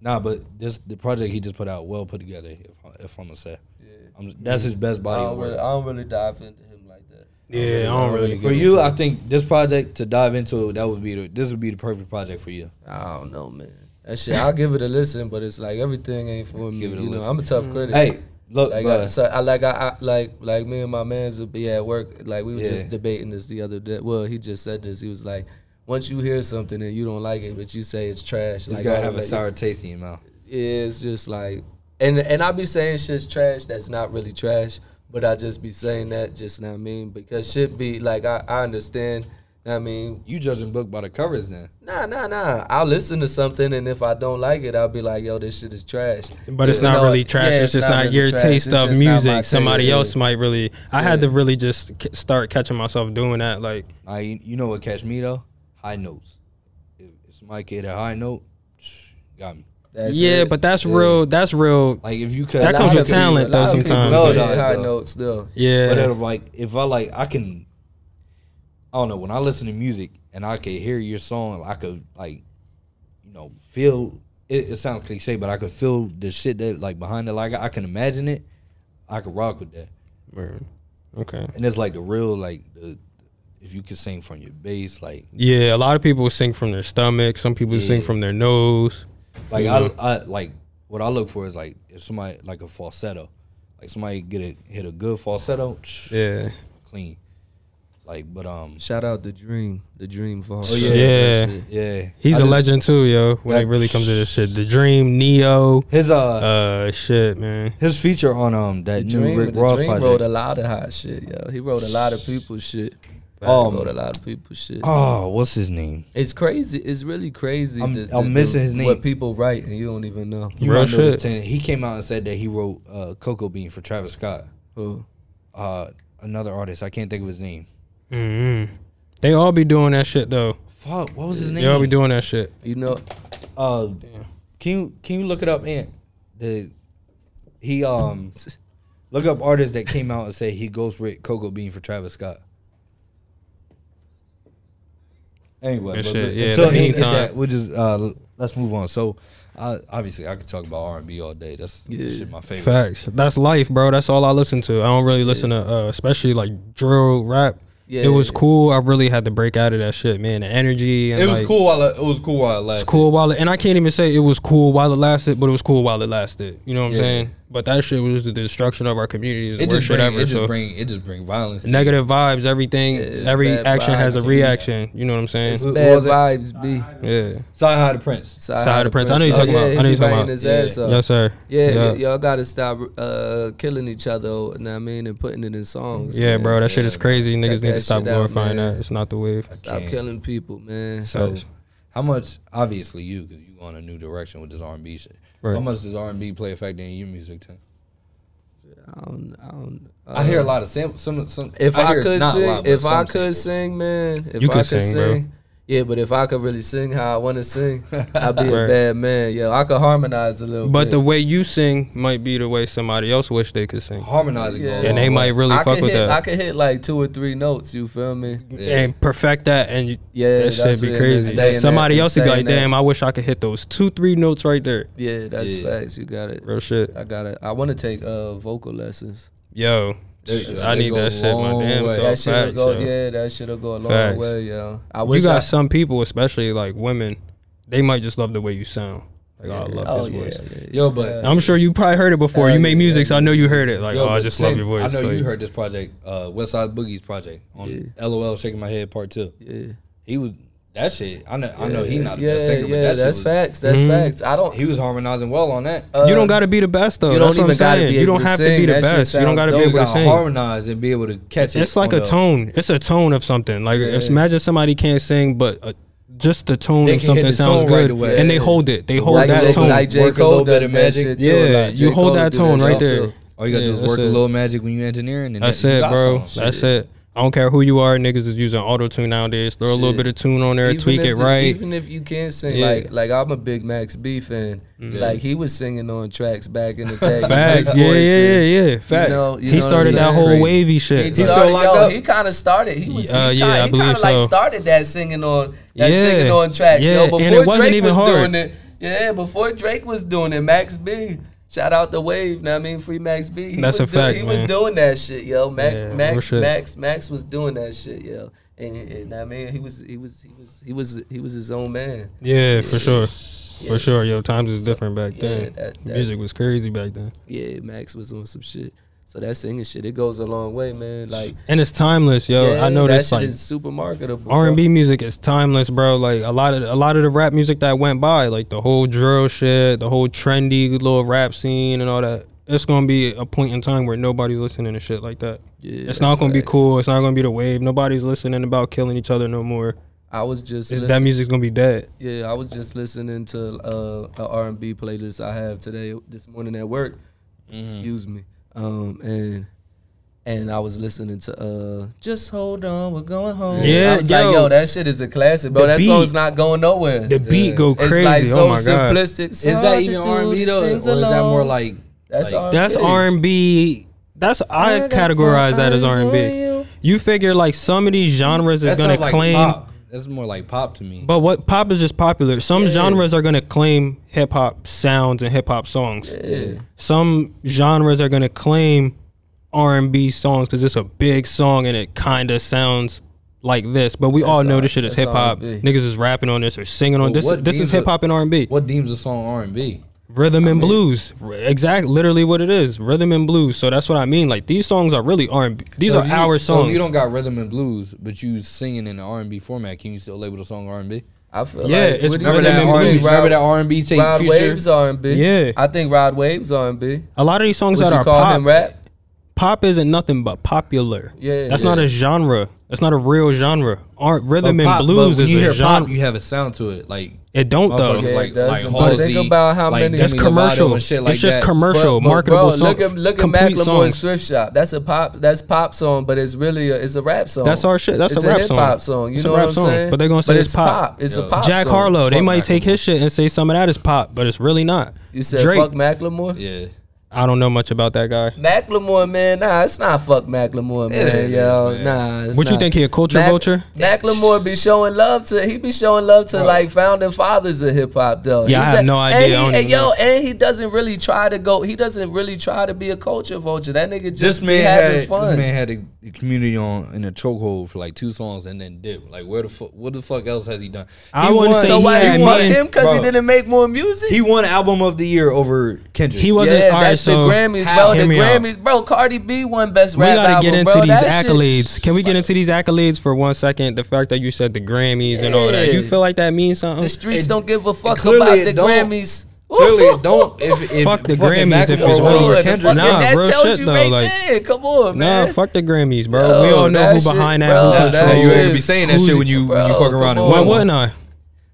[SPEAKER 1] Nah, but this the project he just put out, well put together. If, if I'm gonna say,
[SPEAKER 2] Yeah.
[SPEAKER 1] I'm, that's his best
[SPEAKER 2] I
[SPEAKER 1] body of
[SPEAKER 4] Oh,
[SPEAKER 2] don't,
[SPEAKER 1] work.
[SPEAKER 2] really, I don't really dive into him like that.
[SPEAKER 4] yeah, I don't really.
[SPEAKER 1] for
[SPEAKER 4] get
[SPEAKER 1] you,
[SPEAKER 4] into
[SPEAKER 1] I
[SPEAKER 4] it.
[SPEAKER 1] think this project to dive into that would be the, this would be the perfect project for you.
[SPEAKER 2] I don't know, man. That shit, I'll give it a listen, but it's like everything ain't for me.
[SPEAKER 1] Give it a
[SPEAKER 2] you know,
[SPEAKER 1] listen.
[SPEAKER 2] I'm a tough critic.
[SPEAKER 1] Hey, look,
[SPEAKER 2] Like
[SPEAKER 1] bruh.
[SPEAKER 4] uh,
[SPEAKER 2] I, so I like I, I like like me and my man's would be at work. Like we were
[SPEAKER 1] Yeah.
[SPEAKER 2] just debating this the other day. Well, he just said this. He was like, once you hear something and you don't like it, but you say it's
[SPEAKER 1] It's
[SPEAKER 2] trash. like,
[SPEAKER 1] gotta
[SPEAKER 2] all
[SPEAKER 1] have
[SPEAKER 2] of
[SPEAKER 1] a
[SPEAKER 2] that,
[SPEAKER 1] sour taste in your mouth.
[SPEAKER 2] Yeah, it's just like, and and I be saying shit's trash. That's not really trash, but I just be saying that just not mean because shit be like I I understand. I mean,
[SPEAKER 1] You judging book by the covers then.
[SPEAKER 2] Nah, nah, nah. I'll listen to something, and if I don't like it, I'll be like, "Yo, this shit is trash."
[SPEAKER 4] But it's
[SPEAKER 2] You
[SPEAKER 4] not
[SPEAKER 2] know,
[SPEAKER 4] really trash.
[SPEAKER 2] yeah,
[SPEAKER 4] it's just not,
[SPEAKER 2] really
[SPEAKER 4] your
[SPEAKER 2] trash.
[SPEAKER 4] taste
[SPEAKER 2] It's
[SPEAKER 4] of
[SPEAKER 2] just not my
[SPEAKER 4] music.
[SPEAKER 2] taste,
[SPEAKER 4] Somebody
[SPEAKER 2] yeah.
[SPEAKER 4] else might really. I had
[SPEAKER 2] Yeah.
[SPEAKER 4] to really just k- start catching myself doing that. Like,
[SPEAKER 1] I you, you know what catch me though? High notes. If, if somebody hit a high note, psh, got me.
[SPEAKER 2] That's
[SPEAKER 4] yeah,
[SPEAKER 2] it.
[SPEAKER 4] but that's
[SPEAKER 1] Yeah.
[SPEAKER 4] real. That's real.
[SPEAKER 1] Like if you could,
[SPEAKER 4] That
[SPEAKER 2] A
[SPEAKER 4] comes
[SPEAKER 2] lot
[SPEAKER 4] with
[SPEAKER 2] of people-
[SPEAKER 4] talent,
[SPEAKER 2] a
[SPEAKER 4] though,
[SPEAKER 2] lot of people
[SPEAKER 4] sometimes.
[SPEAKER 2] know
[SPEAKER 1] Yeah.
[SPEAKER 2] that high
[SPEAKER 1] Yeah.
[SPEAKER 2] notes, though.
[SPEAKER 4] Yeah.
[SPEAKER 1] But if like if I like I can, I don't know when I listen to music and I could hear your song, I could like, you know, feel. It, it sounds cliche, but I could feel the shit that like behind it. Like I can imagine it. I could rock with that.
[SPEAKER 4] Word. Okay.
[SPEAKER 1] And it's like the real like the if you could sing from your bass, like
[SPEAKER 4] Yeah, a lot of people sing from their stomach. Some people sing
[SPEAKER 1] Yeah.
[SPEAKER 4] from their nose.
[SPEAKER 1] Like
[SPEAKER 4] Yeah.
[SPEAKER 1] I, I like what I look for is like if somebody like a falsetto, like somebody get a hit a good falsetto, tsh,
[SPEAKER 4] Yeah.
[SPEAKER 1] clean. Like, but um,
[SPEAKER 2] Shout out the Dream, the Dream Vault.
[SPEAKER 1] Oh, yeah.
[SPEAKER 4] Yeah.
[SPEAKER 1] yeah,
[SPEAKER 4] He's
[SPEAKER 1] a
[SPEAKER 4] a legend too, yo. When it
[SPEAKER 1] that-
[SPEAKER 4] really comes to this shit, the Dream, Neo,
[SPEAKER 1] His uh,
[SPEAKER 4] uh, shit, man.
[SPEAKER 1] his feature on um that
[SPEAKER 2] The
[SPEAKER 1] new
[SPEAKER 2] Dream,
[SPEAKER 1] Rick
[SPEAKER 2] the
[SPEAKER 1] Ross
[SPEAKER 2] Dream wrote
[SPEAKER 1] project.
[SPEAKER 2] a lot of hot shit, yo. He wrote a lot of people's shit. Oh,
[SPEAKER 1] Um,
[SPEAKER 2] a lot of people shit.
[SPEAKER 1] Oh, what's his name?
[SPEAKER 2] It's crazy. It's really crazy.
[SPEAKER 1] I'm- I'm missing his name.
[SPEAKER 2] What people write and you don't even know.
[SPEAKER 1] You
[SPEAKER 4] Real
[SPEAKER 1] might know this
[SPEAKER 4] shit.
[SPEAKER 1] tenant. He came out and said that he wrote uh, "Cocoa Bean" for Travis Scott.
[SPEAKER 2] Who?
[SPEAKER 1] Uh, another artist, I can't think of his name.
[SPEAKER 4] mm They all be doing that shit though.
[SPEAKER 1] Fuck, what was his
[SPEAKER 4] They all be
[SPEAKER 1] name?
[SPEAKER 4] doing that shit.
[SPEAKER 2] You know,
[SPEAKER 1] Uh, can you can you look it up, Ant? The he um look up artists that came out and say he goes with Cocoa Bean for Travis Scott. Anyway,
[SPEAKER 4] Good
[SPEAKER 1] but
[SPEAKER 4] shit,
[SPEAKER 1] look,
[SPEAKER 4] yeah,
[SPEAKER 1] until
[SPEAKER 4] that
[SPEAKER 1] he
[SPEAKER 4] means
[SPEAKER 1] did
[SPEAKER 4] time.
[SPEAKER 1] that, we'll just uh, l- let's move on. So, uh, obviously, I could talk about R and B all day. That's
[SPEAKER 2] Yeah.
[SPEAKER 1] shit my favorite.
[SPEAKER 4] Facts. That's life, bro. That's all I listen to. I don't really listen to, uh, especially like drill rap.
[SPEAKER 2] Yeah,
[SPEAKER 4] it was
[SPEAKER 2] yeah.
[SPEAKER 4] cool. I really had to break out of that shit, man. The energy. And
[SPEAKER 1] It was
[SPEAKER 4] like,
[SPEAKER 1] cool while it, it was cool while it lasted.
[SPEAKER 4] It's cool while it, and I can't even say it was cool while it lasted, but it was cool while it lasted. You know what I'm
[SPEAKER 1] Yeah.
[SPEAKER 4] saying? But that shit was the destruction of our communities,
[SPEAKER 1] It
[SPEAKER 4] worst
[SPEAKER 1] just
[SPEAKER 4] shit
[SPEAKER 1] bring
[SPEAKER 4] ever.
[SPEAKER 1] it just
[SPEAKER 4] so
[SPEAKER 1] bring it just bring violence. to it.
[SPEAKER 4] negative vibes, everything,
[SPEAKER 2] it's
[SPEAKER 4] every
[SPEAKER 2] bad
[SPEAKER 4] action has a
[SPEAKER 2] vibes, yeah.
[SPEAKER 4] reaction. You know what I'm saying?
[SPEAKER 2] it's
[SPEAKER 1] Who- who
[SPEAKER 2] bad
[SPEAKER 1] was it?
[SPEAKER 2] vibes. B.
[SPEAKER 4] yeah.
[SPEAKER 1] Side High the Prince.
[SPEAKER 2] Side
[SPEAKER 4] Side
[SPEAKER 2] High
[SPEAKER 4] of Prince. I know you're
[SPEAKER 2] Oh,
[SPEAKER 4] talking
[SPEAKER 2] yeah,
[SPEAKER 4] about- I
[SPEAKER 2] he
[SPEAKER 4] know you're talking
[SPEAKER 2] banging
[SPEAKER 4] about.
[SPEAKER 2] His
[SPEAKER 1] Yeah.
[SPEAKER 2] ass up.
[SPEAKER 4] yes, sir.
[SPEAKER 2] Yeah,
[SPEAKER 4] yeah.
[SPEAKER 2] y- y'all gotta stop uh, killing each other. You know what I mean, and putting it in songs.
[SPEAKER 4] Yeah,
[SPEAKER 2] man.
[SPEAKER 4] bro, that shit
[SPEAKER 1] Yeah,
[SPEAKER 4] is
[SPEAKER 1] man.
[SPEAKER 4] crazy. Niggas need
[SPEAKER 2] that
[SPEAKER 4] to stop
[SPEAKER 2] shit out,
[SPEAKER 4] glorifying
[SPEAKER 2] man.
[SPEAKER 4] that. It's not the wave.
[SPEAKER 2] Stop
[SPEAKER 1] Can't.
[SPEAKER 2] killing people, man.
[SPEAKER 1] So,
[SPEAKER 4] Facts.
[SPEAKER 1] how much? Obviously, you because you on a new direction with this R and B shit.
[SPEAKER 4] Right.
[SPEAKER 1] How much does R and B play a factor in your music? Too?
[SPEAKER 2] I don't. I, don't, uh,
[SPEAKER 1] I hear a
[SPEAKER 4] Uh,
[SPEAKER 1] lot of samples. Some, some.
[SPEAKER 2] If I,
[SPEAKER 1] hear
[SPEAKER 2] could
[SPEAKER 1] not a
[SPEAKER 2] sing,
[SPEAKER 1] lot, but
[SPEAKER 2] if
[SPEAKER 1] some
[SPEAKER 2] I could
[SPEAKER 1] samples.
[SPEAKER 2] sing, man, if
[SPEAKER 4] You
[SPEAKER 2] I
[SPEAKER 4] could
[SPEAKER 2] could
[SPEAKER 4] sing,
[SPEAKER 2] sing,
[SPEAKER 4] bro.
[SPEAKER 2] yeah, but if I could really sing how I want to sing, I'd be
[SPEAKER 4] Right.
[SPEAKER 2] a bad man. Yeah, I could harmonize a little.
[SPEAKER 4] But
[SPEAKER 2] bit.
[SPEAKER 4] the way you sing might be the way somebody else wish they could sing,
[SPEAKER 1] harmonizing,
[SPEAKER 2] Yeah.
[SPEAKER 1] goes a
[SPEAKER 4] and they
[SPEAKER 1] long
[SPEAKER 4] might
[SPEAKER 1] way.
[SPEAKER 4] really
[SPEAKER 2] I
[SPEAKER 4] fuck
[SPEAKER 2] could
[SPEAKER 4] with
[SPEAKER 2] hit, I
[SPEAKER 4] that
[SPEAKER 2] could hit like two or three notes. You feel me?
[SPEAKER 1] Yeah.
[SPEAKER 4] and perfect that, and you,
[SPEAKER 2] Yeah,
[SPEAKER 4] that shit
[SPEAKER 2] that's
[SPEAKER 4] be
[SPEAKER 2] what-
[SPEAKER 4] crazy.
[SPEAKER 2] and stay in
[SPEAKER 4] Somebody
[SPEAKER 2] that-
[SPEAKER 4] else would
[SPEAKER 2] and
[SPEAKER 4] be
[SPEAKER 2] stay
[SPEAKER 4] like,
[SPEAKER 2] in that.
[SPEAKER 4] "Damn, I wish I could hit those two, three notes right there."
[SPEAKER 2] Yeah, that's
[SPEAKER 1] Yeah.
[SPEAKER 2] facts. You got it.
[SPEAKER 4] Real shit,
[SPEAKER 2] I got it. I want to take uh vocal lessons.
[SPEAKER 4] yo.
[SPEAKER 1] That shit
[SPEAKER 4] I need
[SPEAKER 1] go
[SPEAKER 4] that shit, my
[SPEAKER 1] long
[SPEAKER 4] damn
[SPEAKER 1] way.
[SPEAKER 4] self.
[SPEAKER 1] So
[SPEAKER 2] that shit
[SPEAKER 4] Facts,
[SPEAKER 2] will go.
[SPEAKER 4] yo.
[SPEAKER 2] Yeah, that shit'll go a long
[SPEAKER 4] Facts.
[SPEAKER 2] way, yo. I
[SPEAKER 4] You
[SPEAKER 2] wish
[SPEAKER 4] got
[SPEAKER 2] I,
[SPEAKER 4] some people, especially like women, they might just love the way you sound. Like, oh, I love
[SPEAKER 2] oh,
[SPEAKER 4] his
[SPEAKER 2] yeah,
[SPEAKER 4] voice.
[SPEAKER 2] yeah,
[SPEAKER 1] Yo, but-
[SPEAKER 2] yeah.
[SPEAKER 4] I'm sure you probably heard it before.
[SPEAKER 2] Hell
[SPEAKER 4] you make
[SPEAKER 2] yeah,
[SPEAKER 4] music, so I
[SPEAKER 2] yeah.
[SPEAKER 4] know you heard it. Like,
[SPEAKER 1] Yo,
[SPEAKER 4] oh, I
[SPEAKER 1] but
[SPEAKER 4] just
[SPEAKER 1] same-
[SPEAKER 4] love your voice.
[SPEAKER 1] I know
[SPEAKER 4] Like,
[SPEAKER 1] you heard this project, uh, Westside Boogie's project on LOL, shaking my head part two.
[SPEAKER 2] Yeah.
[SPEAKER 1] He was that shit. I know. I know he not a
[SPEAKER 2] yeah,
[SPEAKER 1] good singer,
[SPEAKER 2] Yeah,
[SPEAKER 1] but that shit
[SPEAKER 2] that's
[SPEAKER 1] was,
[SPEAKER 2] facts. That's
[SPEAKER 4] Mhm.
[SPEAKER 2] facts. I don't.
[SPEAKER 1] He was harmonizing well on that.
[SPEAKER 2] uh,
[SPEAKER 4] you don't got to be the best though.
[SPEAKER 2] you
[SPEAKER 4] That's
[SPEAKER 2] don't
[SPEAKER 4] what I'm
[SPEAKER 2] even gotta
[SPEAKER 4] saying.
[SPEAKER 2] be
[SPEAKER 4] You
[SPEAKER 2] able
[SPEAKER 4] don't
[SPEAKER 2] to
[SPEAKER 4] have to
[SPEAKER 2] sing.
[SPEAKER 4] be the
[SPEAKER 2] That shit
[SPEAKER 4] best. You don't
[SPEAKER 2] sounds
[SPEAKER 4] got to
[SPEAKER 2] dope.
[SPEAKER 4] be
[SPEAKER 1] You
[SPEAKER 4] able to
[SPEAKER 1] gotta
[SPEAKER 4] sing.
[SPEAKER 1] harmonize and be able to catch it.
[SPEAKER 4] It's like
[SPEAKER 1] on
[SPEAKER 4] a
[SPEAKER 1] the-
[SPEAKER 4] tone. It's a tone of something. Like, if, imagine somebody can't sing, but uh, just the tone
[SPEAKER 1] They can
[SPEAKER 4] of
[SPEAKER 1] hit
[SPEAKER 4] something
[SPEAKER 1] the
[SPEAKER 4] sounds
[SPEAKER 1] tone right
[SPEAKER 4] good,
[SPEAKER 1] away.
[SPEAKER 4] and they hold it. They hold
[SPEAKER 2] like
[SPEAKER 4] that
[SPEAKER 2] J,
[SPEAKER 4] tone.
[SPEAKER 2] Like J.
[SPEAKER 1] Work a
[SPEAKER 2] Cole
[SPEAKER 1] little bit
[SPEAKER 2] does
[SPEAKER 1] of
[SPEAKER 2] that
[SPEAKER 1] magic.
[SPEAKER 2] shit too.
[SPEAKER 4] yeah,
[SPEAKER 2] Like, J.
[SPEAKER 4] you hold
[SPEAKER 2] Cole
[SPEAKER 4] that
[SPEAKER 2] do
[SPEAKER 4] tone
[SPEAKER 2] shit
[SPEAKER 4] right
[SPEAKER 2] too.
[SPEAKER 4] there.
[SPEAKER 1] All you gotta
[SPEAKER 4] Yeah,
[SPEAKER 1] do is
[SPEAKER 4] that's
[SPEAKER 1] work a
[SPEAKER 4] it.
[SPEAKER 1] little magic when you engineering. And
[SPEAKER 4] That's
[SPEAKER 1] that, you
[SPEAKER 4] it,
[SPEAKER 1] got
[SPEAKER 4] bro.
[SPEAKER 1] something.
[SPEAKER 4] That's it. I don't care who you are. Niggas is using auto tune nowadays. Throw a little
[SPEAKER 2] Shit.
[SPEAKER 4] bit of tune on there,
[SPEAKER 2] Even
[SPEAKER 4] tweak
[SPEAKER 2] if
[SPEAKER 4] it
[SPEAKER 2] the-
[SPEAKER 4] right.
[SPEAKER 2] Even if you can't sing,
[SPEAKER 4] Yeah.
[SPEAKER 2] like like I'm a big Max B fan.
[SPEAKER 1] Mm-hmm.
[SPEAKER 2] Like he was singing on tracks back in the day.
[SPEAKER 4] Facts.
[SPEAKER 2] His
[SPEAKER 4] Yeah,
[SPEAKER 2] voices.
[SPEAKER 4] yeah, yeah, yeah. Facts.
[SPEAKER 2] know- you
[SPEAKER 4] he
[SPEAKER 2] know what
[SPEAKER 4] started
[SPEAKER 2] I'm
[SPEAKER 4] that
[SPEAKER 2] saying?
[SPEAKER 4] whole
[SPEAKER 1] Crazy.
[SPEAKER 4] wavy
[SPEAKER 2] He,
[SPEAKER 4] shit.
[SPEAKER 1] He's
[SPEAKER 2] started,
[SPEAKER 1] still locked
[SPEAKER 2] yo,
[SPEAKER 1] up?
[SPEAKER 2] he kind of started. He was,
[SPEAKER 4] Uh,
[SPEAKER 2] he
[SPEAKER 4] yeah, I
[SPEAKER 2] kinda, he
[SPEAKER 4] believe
[SPEAKER 2] kinda, like
[SPEAKER 4] so.
[SPEAKER 2] started that singing on that
[SPEAKER 4] Yeah.
[SPEAKER 2] singing on tracks.
[SPEAKER 4] Yeah,
[SPEAKER 2] Yo,
[SPEAKER 4] and
[SPEAKER 2] before
[SPEAKER 4] it wasn't
[SPEAKER 2] Drake
[SPEAKER 4] even
[SPEAKER 2] was
[SPEAKER 4] hard.
[SPEAKER 2] doing it, yeah, before Drake was doing it, Max B. Shout out the wave, know what I mean free Max B. He
[SPEAKER 4] That's
[SPEAKER 2] was
[SPEAKER 4] a
[SPEAKER 2] doing-
[SPEAKER 4] fact,
[SPEAKER 2] He was
[SPEAKER 4] man.
[SPEAKER 2] doing that shit, yo. Max,
[SPEAKER 4] Yeah, real
[SPEAKER 2] Max,
[SPEAKER 4] shit.
[SPEAKER 2] Max, Max was doing that shit, yo. And, and I mean, he was, he was, he was, he was, he was his own man.
[SPEAKER 4] Yeah, for sure.
[SPEAKER 2] Yeah.
[SPEAKER 4] For sure. Yo, times is different back
[SPEAKER 2] yeah,
[SPEAKER 4] then.
[SPEAKER 2] that- that-
[SPEAKER 4] Music was crazy back then.
[SPEAKER 2] Yeah, Max was on some shit. So that singing shit, it goes a long way, man. Like,
[SPEAKER 4] And it's timeless, yo.
[SPEAKER 2] yeah,
[SPEAKER 4] I know
[SPEAKER 2] that
[SPEAKER 4] that's
[SPEAKER 2] shit
[SPEAKER 4] like
[SPEAKER 2] is super marketable.
[SPEAKER 4] R and B music is timeless, bro. Like a lot of a lot of the rap music that went by, like the whole drill shit, the whole trendy little rap scene and all that. It's gonna be a point in time where nobody's listening to shit like that.
[SPEAKER 2] Yeah,
[SPEAKER 4] it's not
[SPEAKER 2] that's
[SPEAKER 4] gonna be
[SPEAKER 2] facts.
[SPEAKER 4] cool. It's not gonna be the wave. Nobody's listening about killing each other no more.
[SPEAKER 2] I was just
[SPEAKER 4] It's- that
[SPEAKER 2] listen-
[SPEAKER 4] music's gonna be dead.
[SPEAKER 2] yeah, I was just listening to uh, a R and B playlist I have today this morning at work.
[SPEAKER 1] Mm-hmm.
[SPEAKER 2] Excuse me. Um, and and I was listening to uh, just hold on, we're going home.
[SPEAKER 4] Yeah,
[SPEAKER 2] I was
[SPEAKER 4] yo.
[SPEAKER 2] like, yo, that shit is a classic, bro.
[SPEAKER 4] The
[SPEAKER 2] That
[SPEAKER 4] beat.
[SPEAKER 2] song's not going nowhere.
[SPEAKER 4] The beat go
[SPEAKER 2] it's
[SPEAKER 4] crazy.
[SPEAKER 2] like so
[SPEAKER 4] oh my god.
[SPEAKER 2] simplistic.
[SPEAKER 1] Is that even R and B though, or is that more like
[SPEAKER 2] that's
[SPEAKER 1] like-
[SPEAKER 2] R&B.
[SPEAKER 4] That's R and B. That's I
[SPEAKER 2] got
[SPEAKER 4] categorize
[SPEAKER 2] my
[SPEAKER 4] that as
[SPEAKER 2] eyes
[SPEAKER 4] R and
[SPEAKER 2] on
[SPEAKER 4] B.
[SPEAKER 2] you.
[SPEAKER 4] You figure like some of these genres is
[SPEAKER 1] that
[SPEAKER 4] gonna
[SPEAKER 1] sounds like
[SPEAKER 4] claim,
[SPEAKER 1] pop? That's more like pop to me.
[SPEAKER 4] but what pop is just popular. Some
[SPEAKER 2] Yeah.
[SPEAKER 4] genres are gonna claim hip hop sounds and hip hop songs.
[SPEAKER 2] Yeah.
[SPEAKER 4] Some genres are gonna claim R and B songs because it's a big song and it kind of sounds like this. But we all know
[SPEAKER 2] R-
[SPEAKER 4] this shit is
[SPEAKER 2] that's
[SPEAKER 4] hip hop.
[SPEAKER 2] R&B.
[SPEAKER 4] Niggas is rapping on this or singing on
[SPEAKER 1] Well,
[SPEAKER 4] this.
[SPEAKER 1] what
[SPEAKER 4] This is
[SPEAKER 1] means
[SPEAKER 4] hip hop and R and B.
[SPEAKER 1] What deems a song R and B?
[SPEAKER 4] Rhythm and blues, R- exact, literally what it is. Rhythm and blues. So that's what I mean. Like these songs are really R and B. These
[SPEAKER 1] So
[SPEAKER 4] are
[SPEAKER 1] if you-
[SPEAKER 4] our
[SPEAKER 1] So
[SPEAKER 4] songs.
[SPEAKER 1] if you don't got rhythm and blues, but you singing in the R and B format, can you still label the song R and B?
[SPEAKER 2] I feel
[SPEAKER 4] Yeah,
[SPEAKER 2] like
[SPEAKER 4] it's
[SPEAKER 2] Whitney
[SPEAKER 4] Remember
[SPEAKER 1] Remember
[SPEAKER 4] that
[SPEAKER 1] that
[SPEAKER 2] Houston,
[SPEAKER 4] R&B,
[SPEAKER 1] R and B?
[SPEAKER 4] blues.
[SPEAKER 1] Remember that R and B take
[SPEAKER 2] Rod
[SPEAKER 1] future.
[SPEAKER 2] Waves R and B.
[SPEAKER 4] Yeah.
[SPEAKER 2] I think Rod Waves R and B.
[SPEAKER 4] a lot of these songs
[SPEAKER 2] Would
[SPEAKER 4] that
[SPEAKER 2] you
[SPEAKER 4] are
[SPEAKER 2] call
[SPEAKER 4] pop.
[SPEAKER 2] him rap?
[SPEAKER 4] pop isn't nothing but popular.
[SPEAKER 2] Yeah,
[SPEAKER 4] that's
[SPEAKER 2] yeah.
[SPEAKER 4] not a genre. That's not a real genre. Aren't rhythm
[SPEAKER 1] But
[SPEAKER 4] and
[SPEAKER 1] pop-
[SPEAKER 4] blues
[SPEAKER 1] but when
[SPEAKER 4] is
[SPEAKER 1] you hear
[SPEAKER 4] a genre.
[SPEAKER 1] pop, you have a sound to it. Like
[SPEAKER 4] it don't though.
[SPEAKER 1] motherfuckers
[SPEAKER 2] Yeah, it
[SPEAKER 1] like
[SPEAKER 2] does.
[SPEAKER 1] like
[SPEAKER 2] But
[SPEAKER 1] Halsey,
[SPEAKER 2] think about how
[SPEAKER 1] like
[SPEAKER 2] many-
[SPEAKER 1] Demi
[SPEAKER 4] That's
[SPEAKER 1] Lovato
[SPEAKER 4] commercial.
[SPEAKER 1] and shit like
[SPEAKER 4] it's just
[SPEAKER 1] that.
[SPEAKER 4] commercial,
[SPEAKER 2] But- but
[SPEAKER 4] marketable
[SPEAKER 2] bro,
[SPEAKER 4] songs,
[SPEAKER 2] Look at look at
[SPEAKER 4] complete
[SPEAKER 2] Macklemore and
[SPEAKER 4] songs.
[SPEAKER 2] Swift Shop. That's a pop. That's pop song, but it's really a, it's a rap song.
[SPEAKER 4] That's our shit. That's
[SPEAKER 2] it's
[SPEAKER 4] a rap
[SPEAKER 2] hip hop
[SPEAKER 4] song.
[SPEAKER 2] song. You
[SPEAKER 4] It's a
[SPEAKER 2] know
[SPEAKER 4] rap
[SPEAKER 2] what I'm
[SPEAKER 4] song,
[SPEAKER 2] saying?
[SPEAKER 4] but they gonna say it's pop.
[SPEAKER 2] It's
[SPEAKER 1] Yo.
[SPEAKER 2] a pop.
[SPEAKER 4] Jack
[SPEAKER 2] song.
[SPEAKER 4] Harlow. They
[SPEAKER 1] Fuck
[SPEAKER 4] might take
[SPEAKER 1] Macklemore.
[SPEAKER 4] his shit and say some of that is pop, but it's really not.
[SPEAKER 2] You said
[SPEAKER 4] Drake.
[SPEAKER 2] fuck Macklemore.
[SPEAKER 1] Yeah,
[SPEAKER 4] I don't know much about that guy.
[SPEAKER 2] Macklemore, man, nah, it's not fuck Macklemore, man,
[SPEAKER 1] is,
[SPEAKER 2] yo,
[SPEAKER 1] man.
[SPEAKER 2] nah. It's
[SPEAKER 4] What you
[SPEAKER 2] not.
[SPEAKER 4] think he a culture
[SPEAKER 2] Mac-
[SPEAKER 4] vulture?
[SPEAKER 2] Macklemore be showing love to he be showing love to like founding fathers of hip hop though.
[SPEAKER 4] Yeah, I
[SPEAKER 2] He's
[SPEAKER 4] have
[SPEAKER 2] a-
[SPEAKER 4] no idea.
[SPEAKER 2] And, he,
[SPEAKER 4] I don't
[SPEAKER 2] and
[SPEAKER 4] even
[SPEAKER 2] yo,
[SPEAKER 4] know.
[SPEAKER 2] and he doesn't really try to go. He doesn't really try to be a culture vulture. That nigga just
[SPEAKER 1] this
[SPEAKER 2] be
[SPEAKER 1] man
[SPEAKER 2] having
[SPEAKER 1] had
[SPEAKER 2] fun.
[SPEAKER 1] this man had the, the community on in a chokehold for like two songs and then dip. Like where the fuck? What the fuck else has he done?
[SPEAKER 4] I
[SPEAKER 1] He
[SPEAKER 4] wouldn't
[SPEAKER 1] won-
[SPEAKER 4] say
[SPEAKER 2] so
[SPEAKER 4] he
[SPEAKER 2] why
[SPEAKER 4] had
[SPEAKER 2] you fuck
[SPEAKER 4] none.
[SPEAKER 2] him because he
[SPEAKER 1] Bro.
[SPEAKER 2] didn't make more music?
[SPEAKER 1] He won album of the year over Kendrick.
[SPEAKER 4] He wasn't.
[SPEAKER 2] yeah,
[SPEAKER 4] all right,
[SPEAKER 2] that's
[SPEAKER 4] so
[SPEAKER 2] the Grammys,
[SPEAKER 1] how-
[SPEAKER 2] bro. The
[SPEAKER 4] hear me out.
[SPEAKER 2] Grammys, bro. Cardi B won best
[SPEAKER 4] we
[SPEAKER 2] rap
[SPEAKER 4] gotta
[SPEAKER 2] album,
[SPEAKER 4] get into
[SPEAKER 2] bro.
[SPEAKER 4] these
[SPEAKER 2] That shit-
[SPEAKER 4] accolades. Can we get into these accolades for one second? The fact that you said the Grammys and all that.
[SPEAKER 2] Yeah.
[SPEAKER 4] You feel like that means something?
[SPEAKER 2] the streets
[SPEAKER 1] It-
[SPEAKER 2] don't give a fuck
[SPEAKER 1] clearly
[SPEAKER 2] about
[SPEAKER 1] it
[SPEAKER 2] the
[SPEAKER 1] don't.
[SPEAKER 2] Grammys.
[SPEAKER 1] Clearly, it don't if, if
[SPEAKER 4] Fuck the
[SPEAKER 1] fucking
[SPEAKER 4] Grammys if it's
[SPEAKER 1] Macklemore
[SPEAKER 4] real.
[SPEAKER 1] won over
[SPEAKER 4] What the
[SPEAKER 1] Kendrick.
[SPEAKER 4] fuck? Nah,
[SPEAKER 2] that
[SPEAKER 4] real
[SPEAKER 2] tells
[SPEAKER 4] shit,
[SPEAKER 2] you
[SPEAKER 4] though,
[SPEAKER 2] right
[SPEAKER 4] like-
[SPEAKER 2] there. Come on,
[SPEAKER 4] Nah,
[SPEAKER 2] man.
[SPEAKER 4] fuck the Grammys, bro. we
[SPEAKER 2] Yo,
[SPEAKER 4] all know
[SPEAKER 2] that
[SPEAKER 4] who
[SPEAKER 2] shit,
[SPEAKER 4] behind
[SPEAKER 2] bro,
[SPEAKER 4] that. Who
[SPEAKER 2] that
[SPEAKER 1] Nah,
[SPEAKER 4] controls
[SPEAKER 1] you
[SPEAKER 4] it.
[SPEAKER 1] ain't be saying that
[SPEAKER 4] Who's-
[SPEAKER 1] shit when you when you
[SPEAKER 2] Bro,
[SPEAKER 1] fuck around.
[SPEAKER 2] come
[SPEAKER 1] and win
[SPEAKER 4] Why
[SPEAKER 2] on.
[SPEAKER 1] one.
[SPEAKER 4] wouldn't I?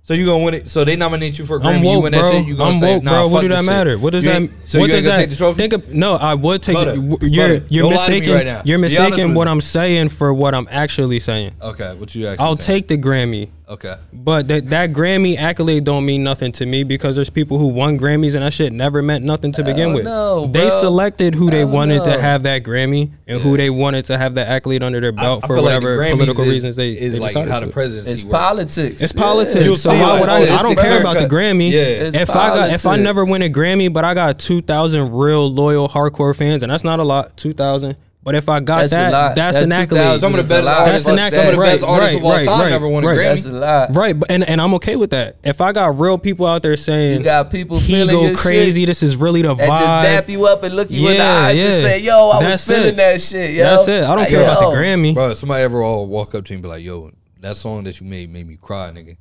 [SPEAKER 1] So you gonna win it? So they nominate you for a Grammy?
[SPEAKER 4] I'm
[SPEAKER 1] you
[SPEAKER 4] woke,
[SPEAKER 1] win that
[SPEAKER 4] bro.
[SPEAKER 1] shit? You gonna
[SPEAKER 4] I'm
[SPEAKER 1] say,
[SPEAKER 4] woke,
[SPEAKER 1] nah,
[SPEAKER 4] bro.
[SPEAKER 1] fuck
[SPEAKER 4] What do
[SPEAKER 1] this
[SPEAKER 4] that
[SPEAKER 1] shit.
[SPEAKER 4] matter? What does
[SPEAKER 1] You
[SPEAKER 4] that?
[SPEAKER 1] ain't- So
[SPEAKER 4] what
[SPEAKER 1] you ain't
[SPEAKER 4] does
[SPEAKER 1] gonna
[SPEAKER 4] that?
[SPEAKER 1] take the trophy?
[SPEAKER 4] Think of, no, I would take.
[SPEAKER 1] Brother,
[SPEAKER 4] it. You're
[SPEAKER 1] brother,
[SPEAKER 4] you're
[SPEAKER 1] don't lie to me
[SPEAKER 4] mistaken.
[SPEAKER 1] right now.
[SPEAKER 4] you're
[SPEAKER 1] Be honest
[SPEAKER 4] mistaken.
[SPEAKER 1] with
[SPEAKER 4] What
[SPEAKER 1] me.
[SPEAKER 4] I'm saying for what I'm actually saying.
[SPEAKER 1] okay, what you actually?
[SPEAKER 4] I'll
[SPEAKER 1] saying?
[SPEAKER 4] take the Grammy.
[SPEAKER 1] Okay.
[SPEAKER 4] But that that Grammy accolade don't mean nothing to me because there's people who won Grammys and that shit never meant nothing to begin
[SPEAKER 2] Hell
[SPEAKER 4] with.
[SPEAKER 2] no,
[SPEAKER 4] they
[SPEAKER 2] bro.
[SPEAKER 4] selected who they
[SPEAKER 2] Hell
[SPEAKER 4] wanted
[SPEAKER 2] no.
[SPEAKER 4] to have that Grammy and who they wanted to have that accolade under their belt
[SPEAKER 1] I
[SPEAKER 4] for
[SPEAKER 1] feel like the
[SPEAKER 4] whatever
[SPEAKER 1] Grammys
[SPEAKER 4] political
[SPEAKER 1] is-
[SPEAKER 4] reasons they
[SPEAKER 1] is
[SPEAKER 4] they
[SPEAKER 1] like
[SPEAKER 4] decided
[SPEAKER 1] how
[SPEAKER 4] to.
[SPEAKER 1] the presidency
[SPEAKER 2] It's
[SPEAKER 1] works.
[SPEAKER 2] politics.
[SPEAKER 4] It's
[SPEAKER 2] Yeah.
[SPEAKER 4] politics.
[SPEAKER 1] You'll
[SPEAKER 4] so
[SPEAKER 1] see,
[SPEAKER 4] why
[SPEAKER 1] like,
[SPEAKER 4] would
[SPEAKER 1] oh,
[SPEAKER 4] I?
[SPEAKER 1] it's
[SPEAKER 4] I don't
[SPEAKER 1] the
[SPEAKER 4] care
[SPEAKER 1] clear
[SPEAKER 4] about the
[SPEAKER 1] cut.
[SPEAKER 4] Grammy.
[SPEAKER 1] Yeah.
[SPEAKER 2] It's
[SPEAKER 4] If I got, if I never win a Grammy, but I got two thousand real loyal hardcore fans, and that's not a lot, two thousand. But if I got
[SPEAKER 2] That's a
[SPEAKER 4] that,
[SPEAKER 2] lot.
[SPEAKER 4] that's,
[SPEAKER 2] That
[SPEAKER 4] an accolade.
[SPEAKER 2] 2,000
[SPEAKER 1] Some of the best
[SPEAKER 2] That's a
[SPEAKER 1] artists,
[SPEAKER 4] lot.
[SPEAKER 1] some
[SPEAKER 4] That's
[SPEAKER 1] of
[SPEAKER 4] an
[SPEAKER 1] the best
[SPEAKER 4] accolate.
[SPEAKER 1] artists of all
[SPEAKER 4] Right,
[SPEAKER 1] time
[SPEAKER 4] right,
[SPEAKER 1] ever won a
[SPEAKER 4] right.
[SPEAKER 2] That's a
[SPEAKER 1] Grammy.
[SPEAKER 2] lot.
[SPEAKER 4] Right, but and, and I'm okay with that. If I got real people out there saying
[SPEAKER 2] You got people
[SPEAKER 4] he
[SPEAKER 2] feeling
[SPEAKER 4] go
[SPEAKER 2] your
[SPEAKER 4] crazy,
[SPEAKER 2] shit
[SPEAKER 4] this is really the
[SPEAKER 2] And just dap
[SPEAKER 4] vibe.
[SPEAKER 2] you up and look you in the
[SPEAKER 4] Yeah,
[SPEAKER 2] eye. Just
[SPEAKER 4] yeah.
[SPEAKER 2] say, yo, I
[SPEAKER 4] That's
[SPEAKER 2] was feeling
[SPEAKER 4] it.
[SPEAKER 2] that shit, yo.
[SPEAKER 4] That's it. I don't
[SPEAKER 2] Like,
[SPEAKER 4] care about
[SPEAKER 2] yo.
[SPEAKER 4] the Grammy.
[SPEAKER 1] Bro, somebody ever all walk up to you and be like, "Yo, that song that you made made me cry, nigga."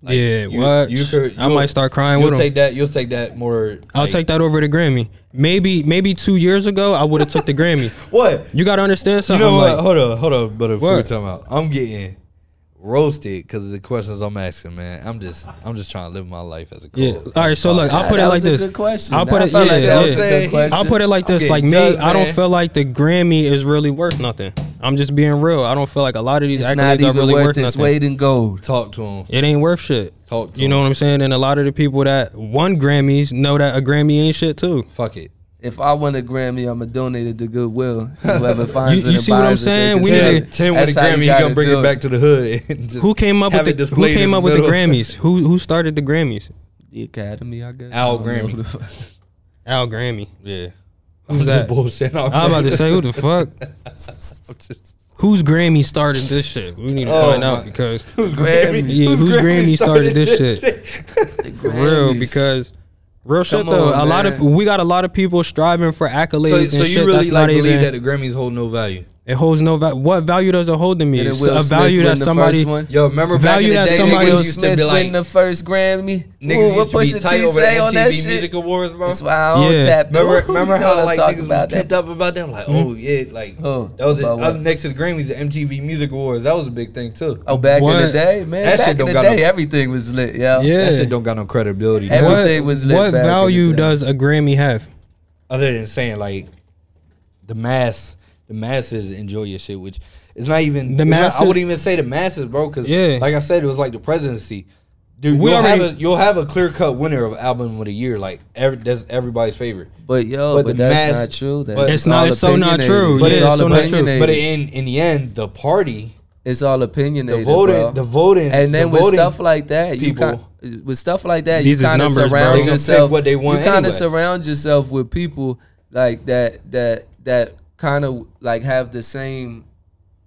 [SPEAKER 1] Like,
[SPEAKER 4] yeah,
[SPEAKER 1] you-
[SPEAKER 4] what?
[SPEAKER 1] you could-
[SPEAKER 4] I
[SPEAKER 1] you'll-
[SPEAKER 4] might start crying
[SPEAKER 1] You'll
[SPEAKER 4] with him.
[SPEAKER 1] take that. You'll take that more.
[SPEAKER 4] I'll
[SPEAKER 1] like-
[SPEAKER 4] take that over the Grammy. Maybe maybe two years ago I would have took the Grammy.
[SPEAKER 1] what?
[SPEAKER 4] You gotta understand
[SPEAKER 1] You
[SPEAKER 4] something.
[SPEAKER 1] know what?
[SPEAKER 4] like,
[SPEAKER 1] hold on, hold on, but before we
[SPEAKER 4] What?
[SPEAKER 1] talking about, I'm getting roasted because of the questions I'm asking, man. I'm just, I'm just trying to live my life as a cool.
[SPEAKER 4] yeah. All right. So look, I'll
[SPEAKER 2] Nah,
[SPEAKER 4] put it
[SPEAKER 2] that
[SPEAKER 4] like
[SPEAKER 2] was a
[SPEAKER 4] this.
[SPEAKER 2] good question.
[SPEAKER 4] I'll put
[SPEAKER 2] I
[SPEAKER 4] it.
[SPEAKER 2] felt
[SPEAKER 4] yeah,
[SPEAKER 2] like that
[SPEAKER 4] yeah.
[SPEAKER 2] was a good question.
[SPEAKER 4] I'll put it like this.
[SPEAKER 1] Okay,
[SPEAKER 4] Like me,
[SPEAKER 1] judge,
[SPEAKER 4] I don't
[SPEAKER 1] man.
[SPEAKER 4] feel like the Grammy is really worth nothing. I'm just being real. I don't feel like a lot of these
[SPEAKER 2] It's not
[SPEAKER 4] accolades are
[SPEAKER 2] even
[SPEAKER 4] really
[SPEAKER 2] worth
[SPEAKER 4] worth
[SPEAKER 2] this
[SPEAKER 4] nothing.
[SPEAKER 2] weight in gold.
[SPEAKER 1] Talk to him.
[SPEAKER 4] It ain't worth shit.
[SPEAKER 1] Talk to
[SPEAKER 4] You
[SPEAKER 1] him.
[SPEAKER 4] know what I'm saying? And a lot of the people that won Grammys know that a Grammy ain't shit too.
[SPEAKER 1] Fuck it.
[SPEAKER 2] If I win a Grammy, I'ma donate it to Goodwill. Whoever finds
[SPEAKER 4] You-
[SPEAKER 2] it
[SPEAKER 4] you
[SPEAKER 2] and
[SPEAKER 4] see what
[SPEAKER 2] buys
[SPEAKER 4] I'm
[SPEAKER 2] it, they
[SPEAKER 4] saying?
[SPEAKER 2] can
[SPEAKER 4] We
[SPEAKER 2] sell
[SPEAKER 4] need
[SPEAKER 2] it.
[SPEAKER 4] to-
[SPEAKER 1] Tim with
[SPEAKER 2] That's
[SPEAKER 1] the
[SPEAKER 2] how
[SPEAKER 1] Grammy, you
[SPEAKER 2] gotta
[SPEAKER 1] gonna bring
[SPEAKER 2] do
[SPEAKER 1] it back to the hood. And just
[SPEAKER 4] Who came up
[SPEAKER 1] have
[SPEAKER 4] with
[SPEAKER 1] it
[SPEAKER 4] the Who
[SPEAKER 1] displayed in
[SPEAKER 4] came
[SPEAKER 1] the
[SPEAKER 4] up with the
[SPEAKER 1] middle.
[SPEAKER 4] Grammys? Who who started the Grammys?
[SPEAKER 2] The Academy, I guess.
[SPEAKER 1] Al
[SPEAKER 2] I don't know
[SPEAKER 1] Grammy.
[SPEAKER 2] who the fuck-
[SPEAKER 4] Al Grammy.
[SPEAKER 1] Yeah.
[SPEAKER 4] Who's
[SPEAKER 1] I'm
[SPEAKER 4] that?
[SPEAKER 1] just bullshit. I'm
[SPEAKER 4] I was about to say who the fuck?
[SPEAKER 1] just-
[SPEAKER 4] Whose Grammy started this shit? We need to
[SPEAKER 1] Oh
[SPEAKER 4] find
[SPEAKER 1] my-
[SPEAKER 4] out because
[SPEAKER 1] Who's
[SPEAKER 2] Grammy.
[SPEAKER 4] Yeah, who's Grammy started this shit?
[SPEAKER 2] The
[SPEAKER 4] for real
[SPEAKER 2] Grammys.
[SPEAKER 4] because real shit
[SPEAKER 2] Come
[SPEAKER 4] though.
[SPEAKER 2] on,
[SPEAKER 4] a lot of
[SPEAKER 2] man.
[SPEAKER 4] we got a lot of people striving for accolades
[SPEAKER 1] So,
[SPEAKER 4] and
[SPEAKER 1] so you
[SPEAKER 4] shit.
[SPEAKER 1] really
[SPEAKER 4] that's
[SPEAKER 1] like
[SPEAKER 4] not
[SPEAKER 1] believe
[SPEAKER 4] even,
[SPEAKER 1] that the Grammys hold no value?
[SPEAKER 4] it holds no value. What value does it hold to me?
[SPEAKER 2] Didn't
[SPEAKER 4] It's
[SPEAKER 2] Will
[SPEAKER 4] a
[SPEAKER 2] Smith
[SPEAKER 4] value
[SPEAKER 2] win
[SPEAKER 4] that
[SPEAKER 2] the
[SPEAKER 4] somebody
[SPEAKER 2] first one?
[SPEAKER 1] Yo, remember
[SPEAKER 4] back Value in the that day, somebody-
[SPEAKER 1] somebody
[SPEAKER 4] niggas
[SPEAKER 2] Will
[SPEAKER 1] used to
[SPEAKER 2] Smith
[SPEAKER 1] be
[SPEAKER 2] win
[SPEAKER 1] like
[SPEAKER 2] the first Grammy.
[SPEAKER 1] niggas
[SPEAKER 2] Ooh, what
[SPEAKER 1] used to be
[SPEAKER 2] Pusha T
[SPEAKER 1] tight over the
[SPEAKER 2] say on that
[SPEAKER 1] MTV Music
[SPEAKER 2] shit?
[SPEAKER 1] Awards, bro.
[SPEAKER 2] That's why I don't
[SPEAKER 4] Yeah.
[SPEAKER 2] tap. it.
[SPEAKER 1] Remember,
[SPEAKER 2] Ooh,
[SPEAKER 1] remember
[SPEAKER 2] you know
[SPEAKER 1] how
[SPEAKER 2] what I'm
[SPEAKER 1] like
[SPEAKER 2] talking
[SPEAKER 1] niggas
[SPEAKER 2] about
[SPEAKER 1] was
[SPEAKER 2] that. Hmm?
[SPEAKER 1] pimped up about them? Like, oh yeah, like
[SPEAKER 2] Oh,
[SPEAKER 1] that was it.
[SPEAKER 2] about
[SPEAKER 1] Up
[SPEAKER 2] what?
[SPEAKER 1] next to the Grammys, the MTV Music Awards. That was a big thing too.
[SPEAKER 2] Oh, back in the
[SPEAKER 4] What?
[SPEAKER 2] day, man.
[SPEAKER 1] That
[SPEAKER 2] back
[SPEAKER 1] shit
[SPEAKER 2] in
[SPEAKER 1] don't
[SPEAKER 2] the
[SPEAKER 1] got
[SPEAKER 2] day,
[SPEAKER 1] no-
[SPEAKER 2] everything was lit, yo.
[SPEAKER 4] Yeah.
[SPEAKER 1] That shit don't got no credibility.
[SPEAKER 2] Every-
[SPEAKER 4] what,
[SPEAKER 2] Everything was lit
[SPEAKER 4] what
[SPEAKER 2] back in the
[SPEAKER 4] value
[SPEAKER 2] day.
[SPEAKER 4] does a Grammy have?
[SPEAKER 1] other than saying like the mass the masses enjoy your shit which it's not even
[SPEAKER 4] The
[SPEAKER 1] the masses,
[SPEAKER 4] masses-
[SPEAKER 1] I wouldn't even say the masses bro because
[SPEAKER 4] Yeah.
[SPEAKER 1] like I said it was like the presidency dude
[SPEAKER 4] We
[SPEAKER 1] you'll, have
[SPEAKER 4] already-
[SPEAKER 1] a, you'll have a clear cut winner of album of the year like every, that's everybody's favorite
[SPEAKER 2] But yo,
[SPEAKER 1] But
[SPEAKER 2] but,
[SPEAKER 1] the
[SPEAKER 2] that's
[SPEAKER 1] mass-
[SPEAKER 2] not true. That's
[SPEAKER 1] but-
[SPEAKER 4] It's not-
[SPEAKER 2] all
[SPEAKER 4] it's so not
[SPEAKER 2] opinionated.
[SPEAKER 4] true.
[SPEAKER 1] But
[SPEAKER 2] it's,
[SPEAKER 1] it's
[SPEAKER 2] all
[SPEAKER 4] so not true.
[SPEAKER 2] opinionated.
[SPEAKER 1] but in in the end the party
[SPEAKER 2] it's all opinionated.
[SPEAKER 1] the voting
[SPEAKER 2] bro.
[SPEAKER 1] the voting
[SPEAKER 2] and then
[SPEAKER 1] the
[SPEAKER 2] with
[SPEAKER 1] voting,
[SPEAKER 2] stuff like that, you
[SPEAKER 1] people-
[SPEAKER 2] kind with stuff like that,
[SPEAKER 4] These
[SPEAKER 2] you
[SPEAKER 4] is
[SPEAKER 2] kind of
[SPEAKER 4] numbers, bro.
[SPEAKER 1] They
[SPEAKER 2] surround
[SPEAKER 1] gonna pick
[SPEAKER 2] yourself.
[SPEAKER 1] what they want
[SPEAKER 2] you kind
[SPEAKER 1] anyway.
[SPEAKER 2] of surround yourself with people like that that that kind of like have the same.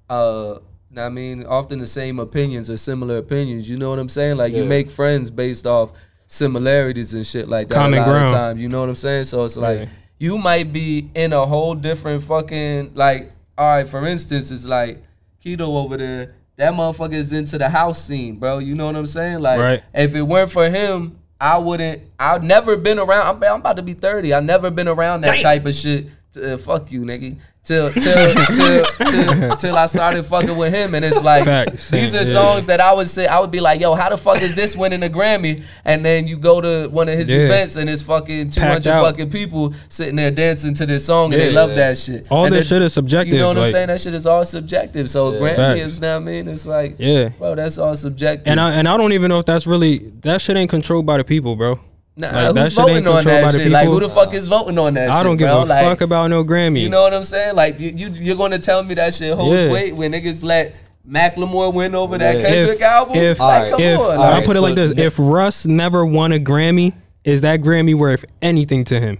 [SPEAKER 2] uh know what I mean, often the same opinions or similar opinions. You know what I'm saying? Like you
[SPEAKER 1] Yeah.
[SPEAKER 2] make friends based off similarities and shit like that.
[SPEAKER 4] Common
[SPEAKER 2] a lot
[SPEAKER 4] ground.
[SPEAKER 2] Of time, you know what I'm saying? So it's like
[SPEAKER 4] Yeah.
[SPEAKER 2] you might be in a whole different fucking like. All right, for instance, it's like Keto over there. That motherfucker is into the house scene, bro. You know what I'm saying? Like,
[SPEAKER 4] Right.
[SPEAKER 2] if it weren't for him, I wouldn't. I've never been around. I'm, I'm about to be 30. I've never been around that type of shit uh, fuck you, nigga. Till till till till till I started fucking with him, and it's like
[SPEAKER 4] Facts, same,
[SPEAKER 2] these are
[SPEAKER 4] yeah.
[SPEAKER 2] songs that I would say I would be like, yo, how the fuck is this winning a Grammy? And then you go to one of his
[SPEAKER 4] Yeah.
[SPEAKER 2] events, and it's fucking two
[SPEAKER 4] Packed
[SPEAKER 2] hundred
[SPEAKER 4] out.
[SPEAKER 2] fucking people sitting there dancing to this song, and they
[SPEAKER 1] Yeah.
[SPEAKER 2] love that shit.
[SPEAKER 4] All
[SPEAKER 2] And
[SPEAKER 4] this
[SPEAKER 2] then-
[SPEAKER 4] shit is subjective.
[SPEAKER 2] You know what I'm
[SPEAKER 4] like-
[SPEAKER 2] saying? That shit is all subjective. So
[SPEAKER 1] Yeah.
[SPEAKER 2] Grammy
[SPEAKER 4] Facts.
[SPEAKER 2] is, know what I mean? It's like,
[SPEAKER 4] Yeah.
[SPEAKER 2] bro, that's all subjective.
[SPEAKER 4] And I and I don't even know if that's really that shit ain't controlled by the people, bro.
[SPEAKER 2] Nah,
[SPEAKER 4] Like, that
[SPEAKER 2] who's
[SPEAKER 4] shit ain't
[SPEAKER 2] voting on
[SPEAKER 4] controlled by
[SPEAKER 2] that
[SPEAKER 4] the
[SPEAKER 2] shit? Like, who
[SPEAKER 4] people.
[SPEAKER 2] the fuck is voting on that shit?
[SPEAKER 4] I don't give
[SPEAKER 2] bro?
[SPEAKER 4] a
[SPEAKER 2] Like,
[SPEAKER 4] fuck about no Grammy.
[SPEAKER 2] You know what I'm saying? Like, you, you you're gonna tell me that shit holds
[SPEAKER 4] Yeah.
[SPEAKER 2] weight when niggas let Macklemore win over that
[SPEAKER 1] Yeah.
[SPEAKER 2] Kendrick
[SPEAKER 4] If-
[SPEAKER 2] album?
[SPEAKER 4] if-
[SPEAKER 2] like,
[SPEAKER 1] Alright,
[SPEAKER 2] come
[SPEAKER 4] if
[SPEAKER 2] on,
[SPEAKER 4] I'll
[SPEAKER 1] Alright,
[SPEAKER 4] put it
[SPEAKER 1] so
[SPEAKER 4] like this:
[SPEAKER 1] ne-
[SPEAKER 4] if Russ never won a Grammy, is that Grammy worth anything to him?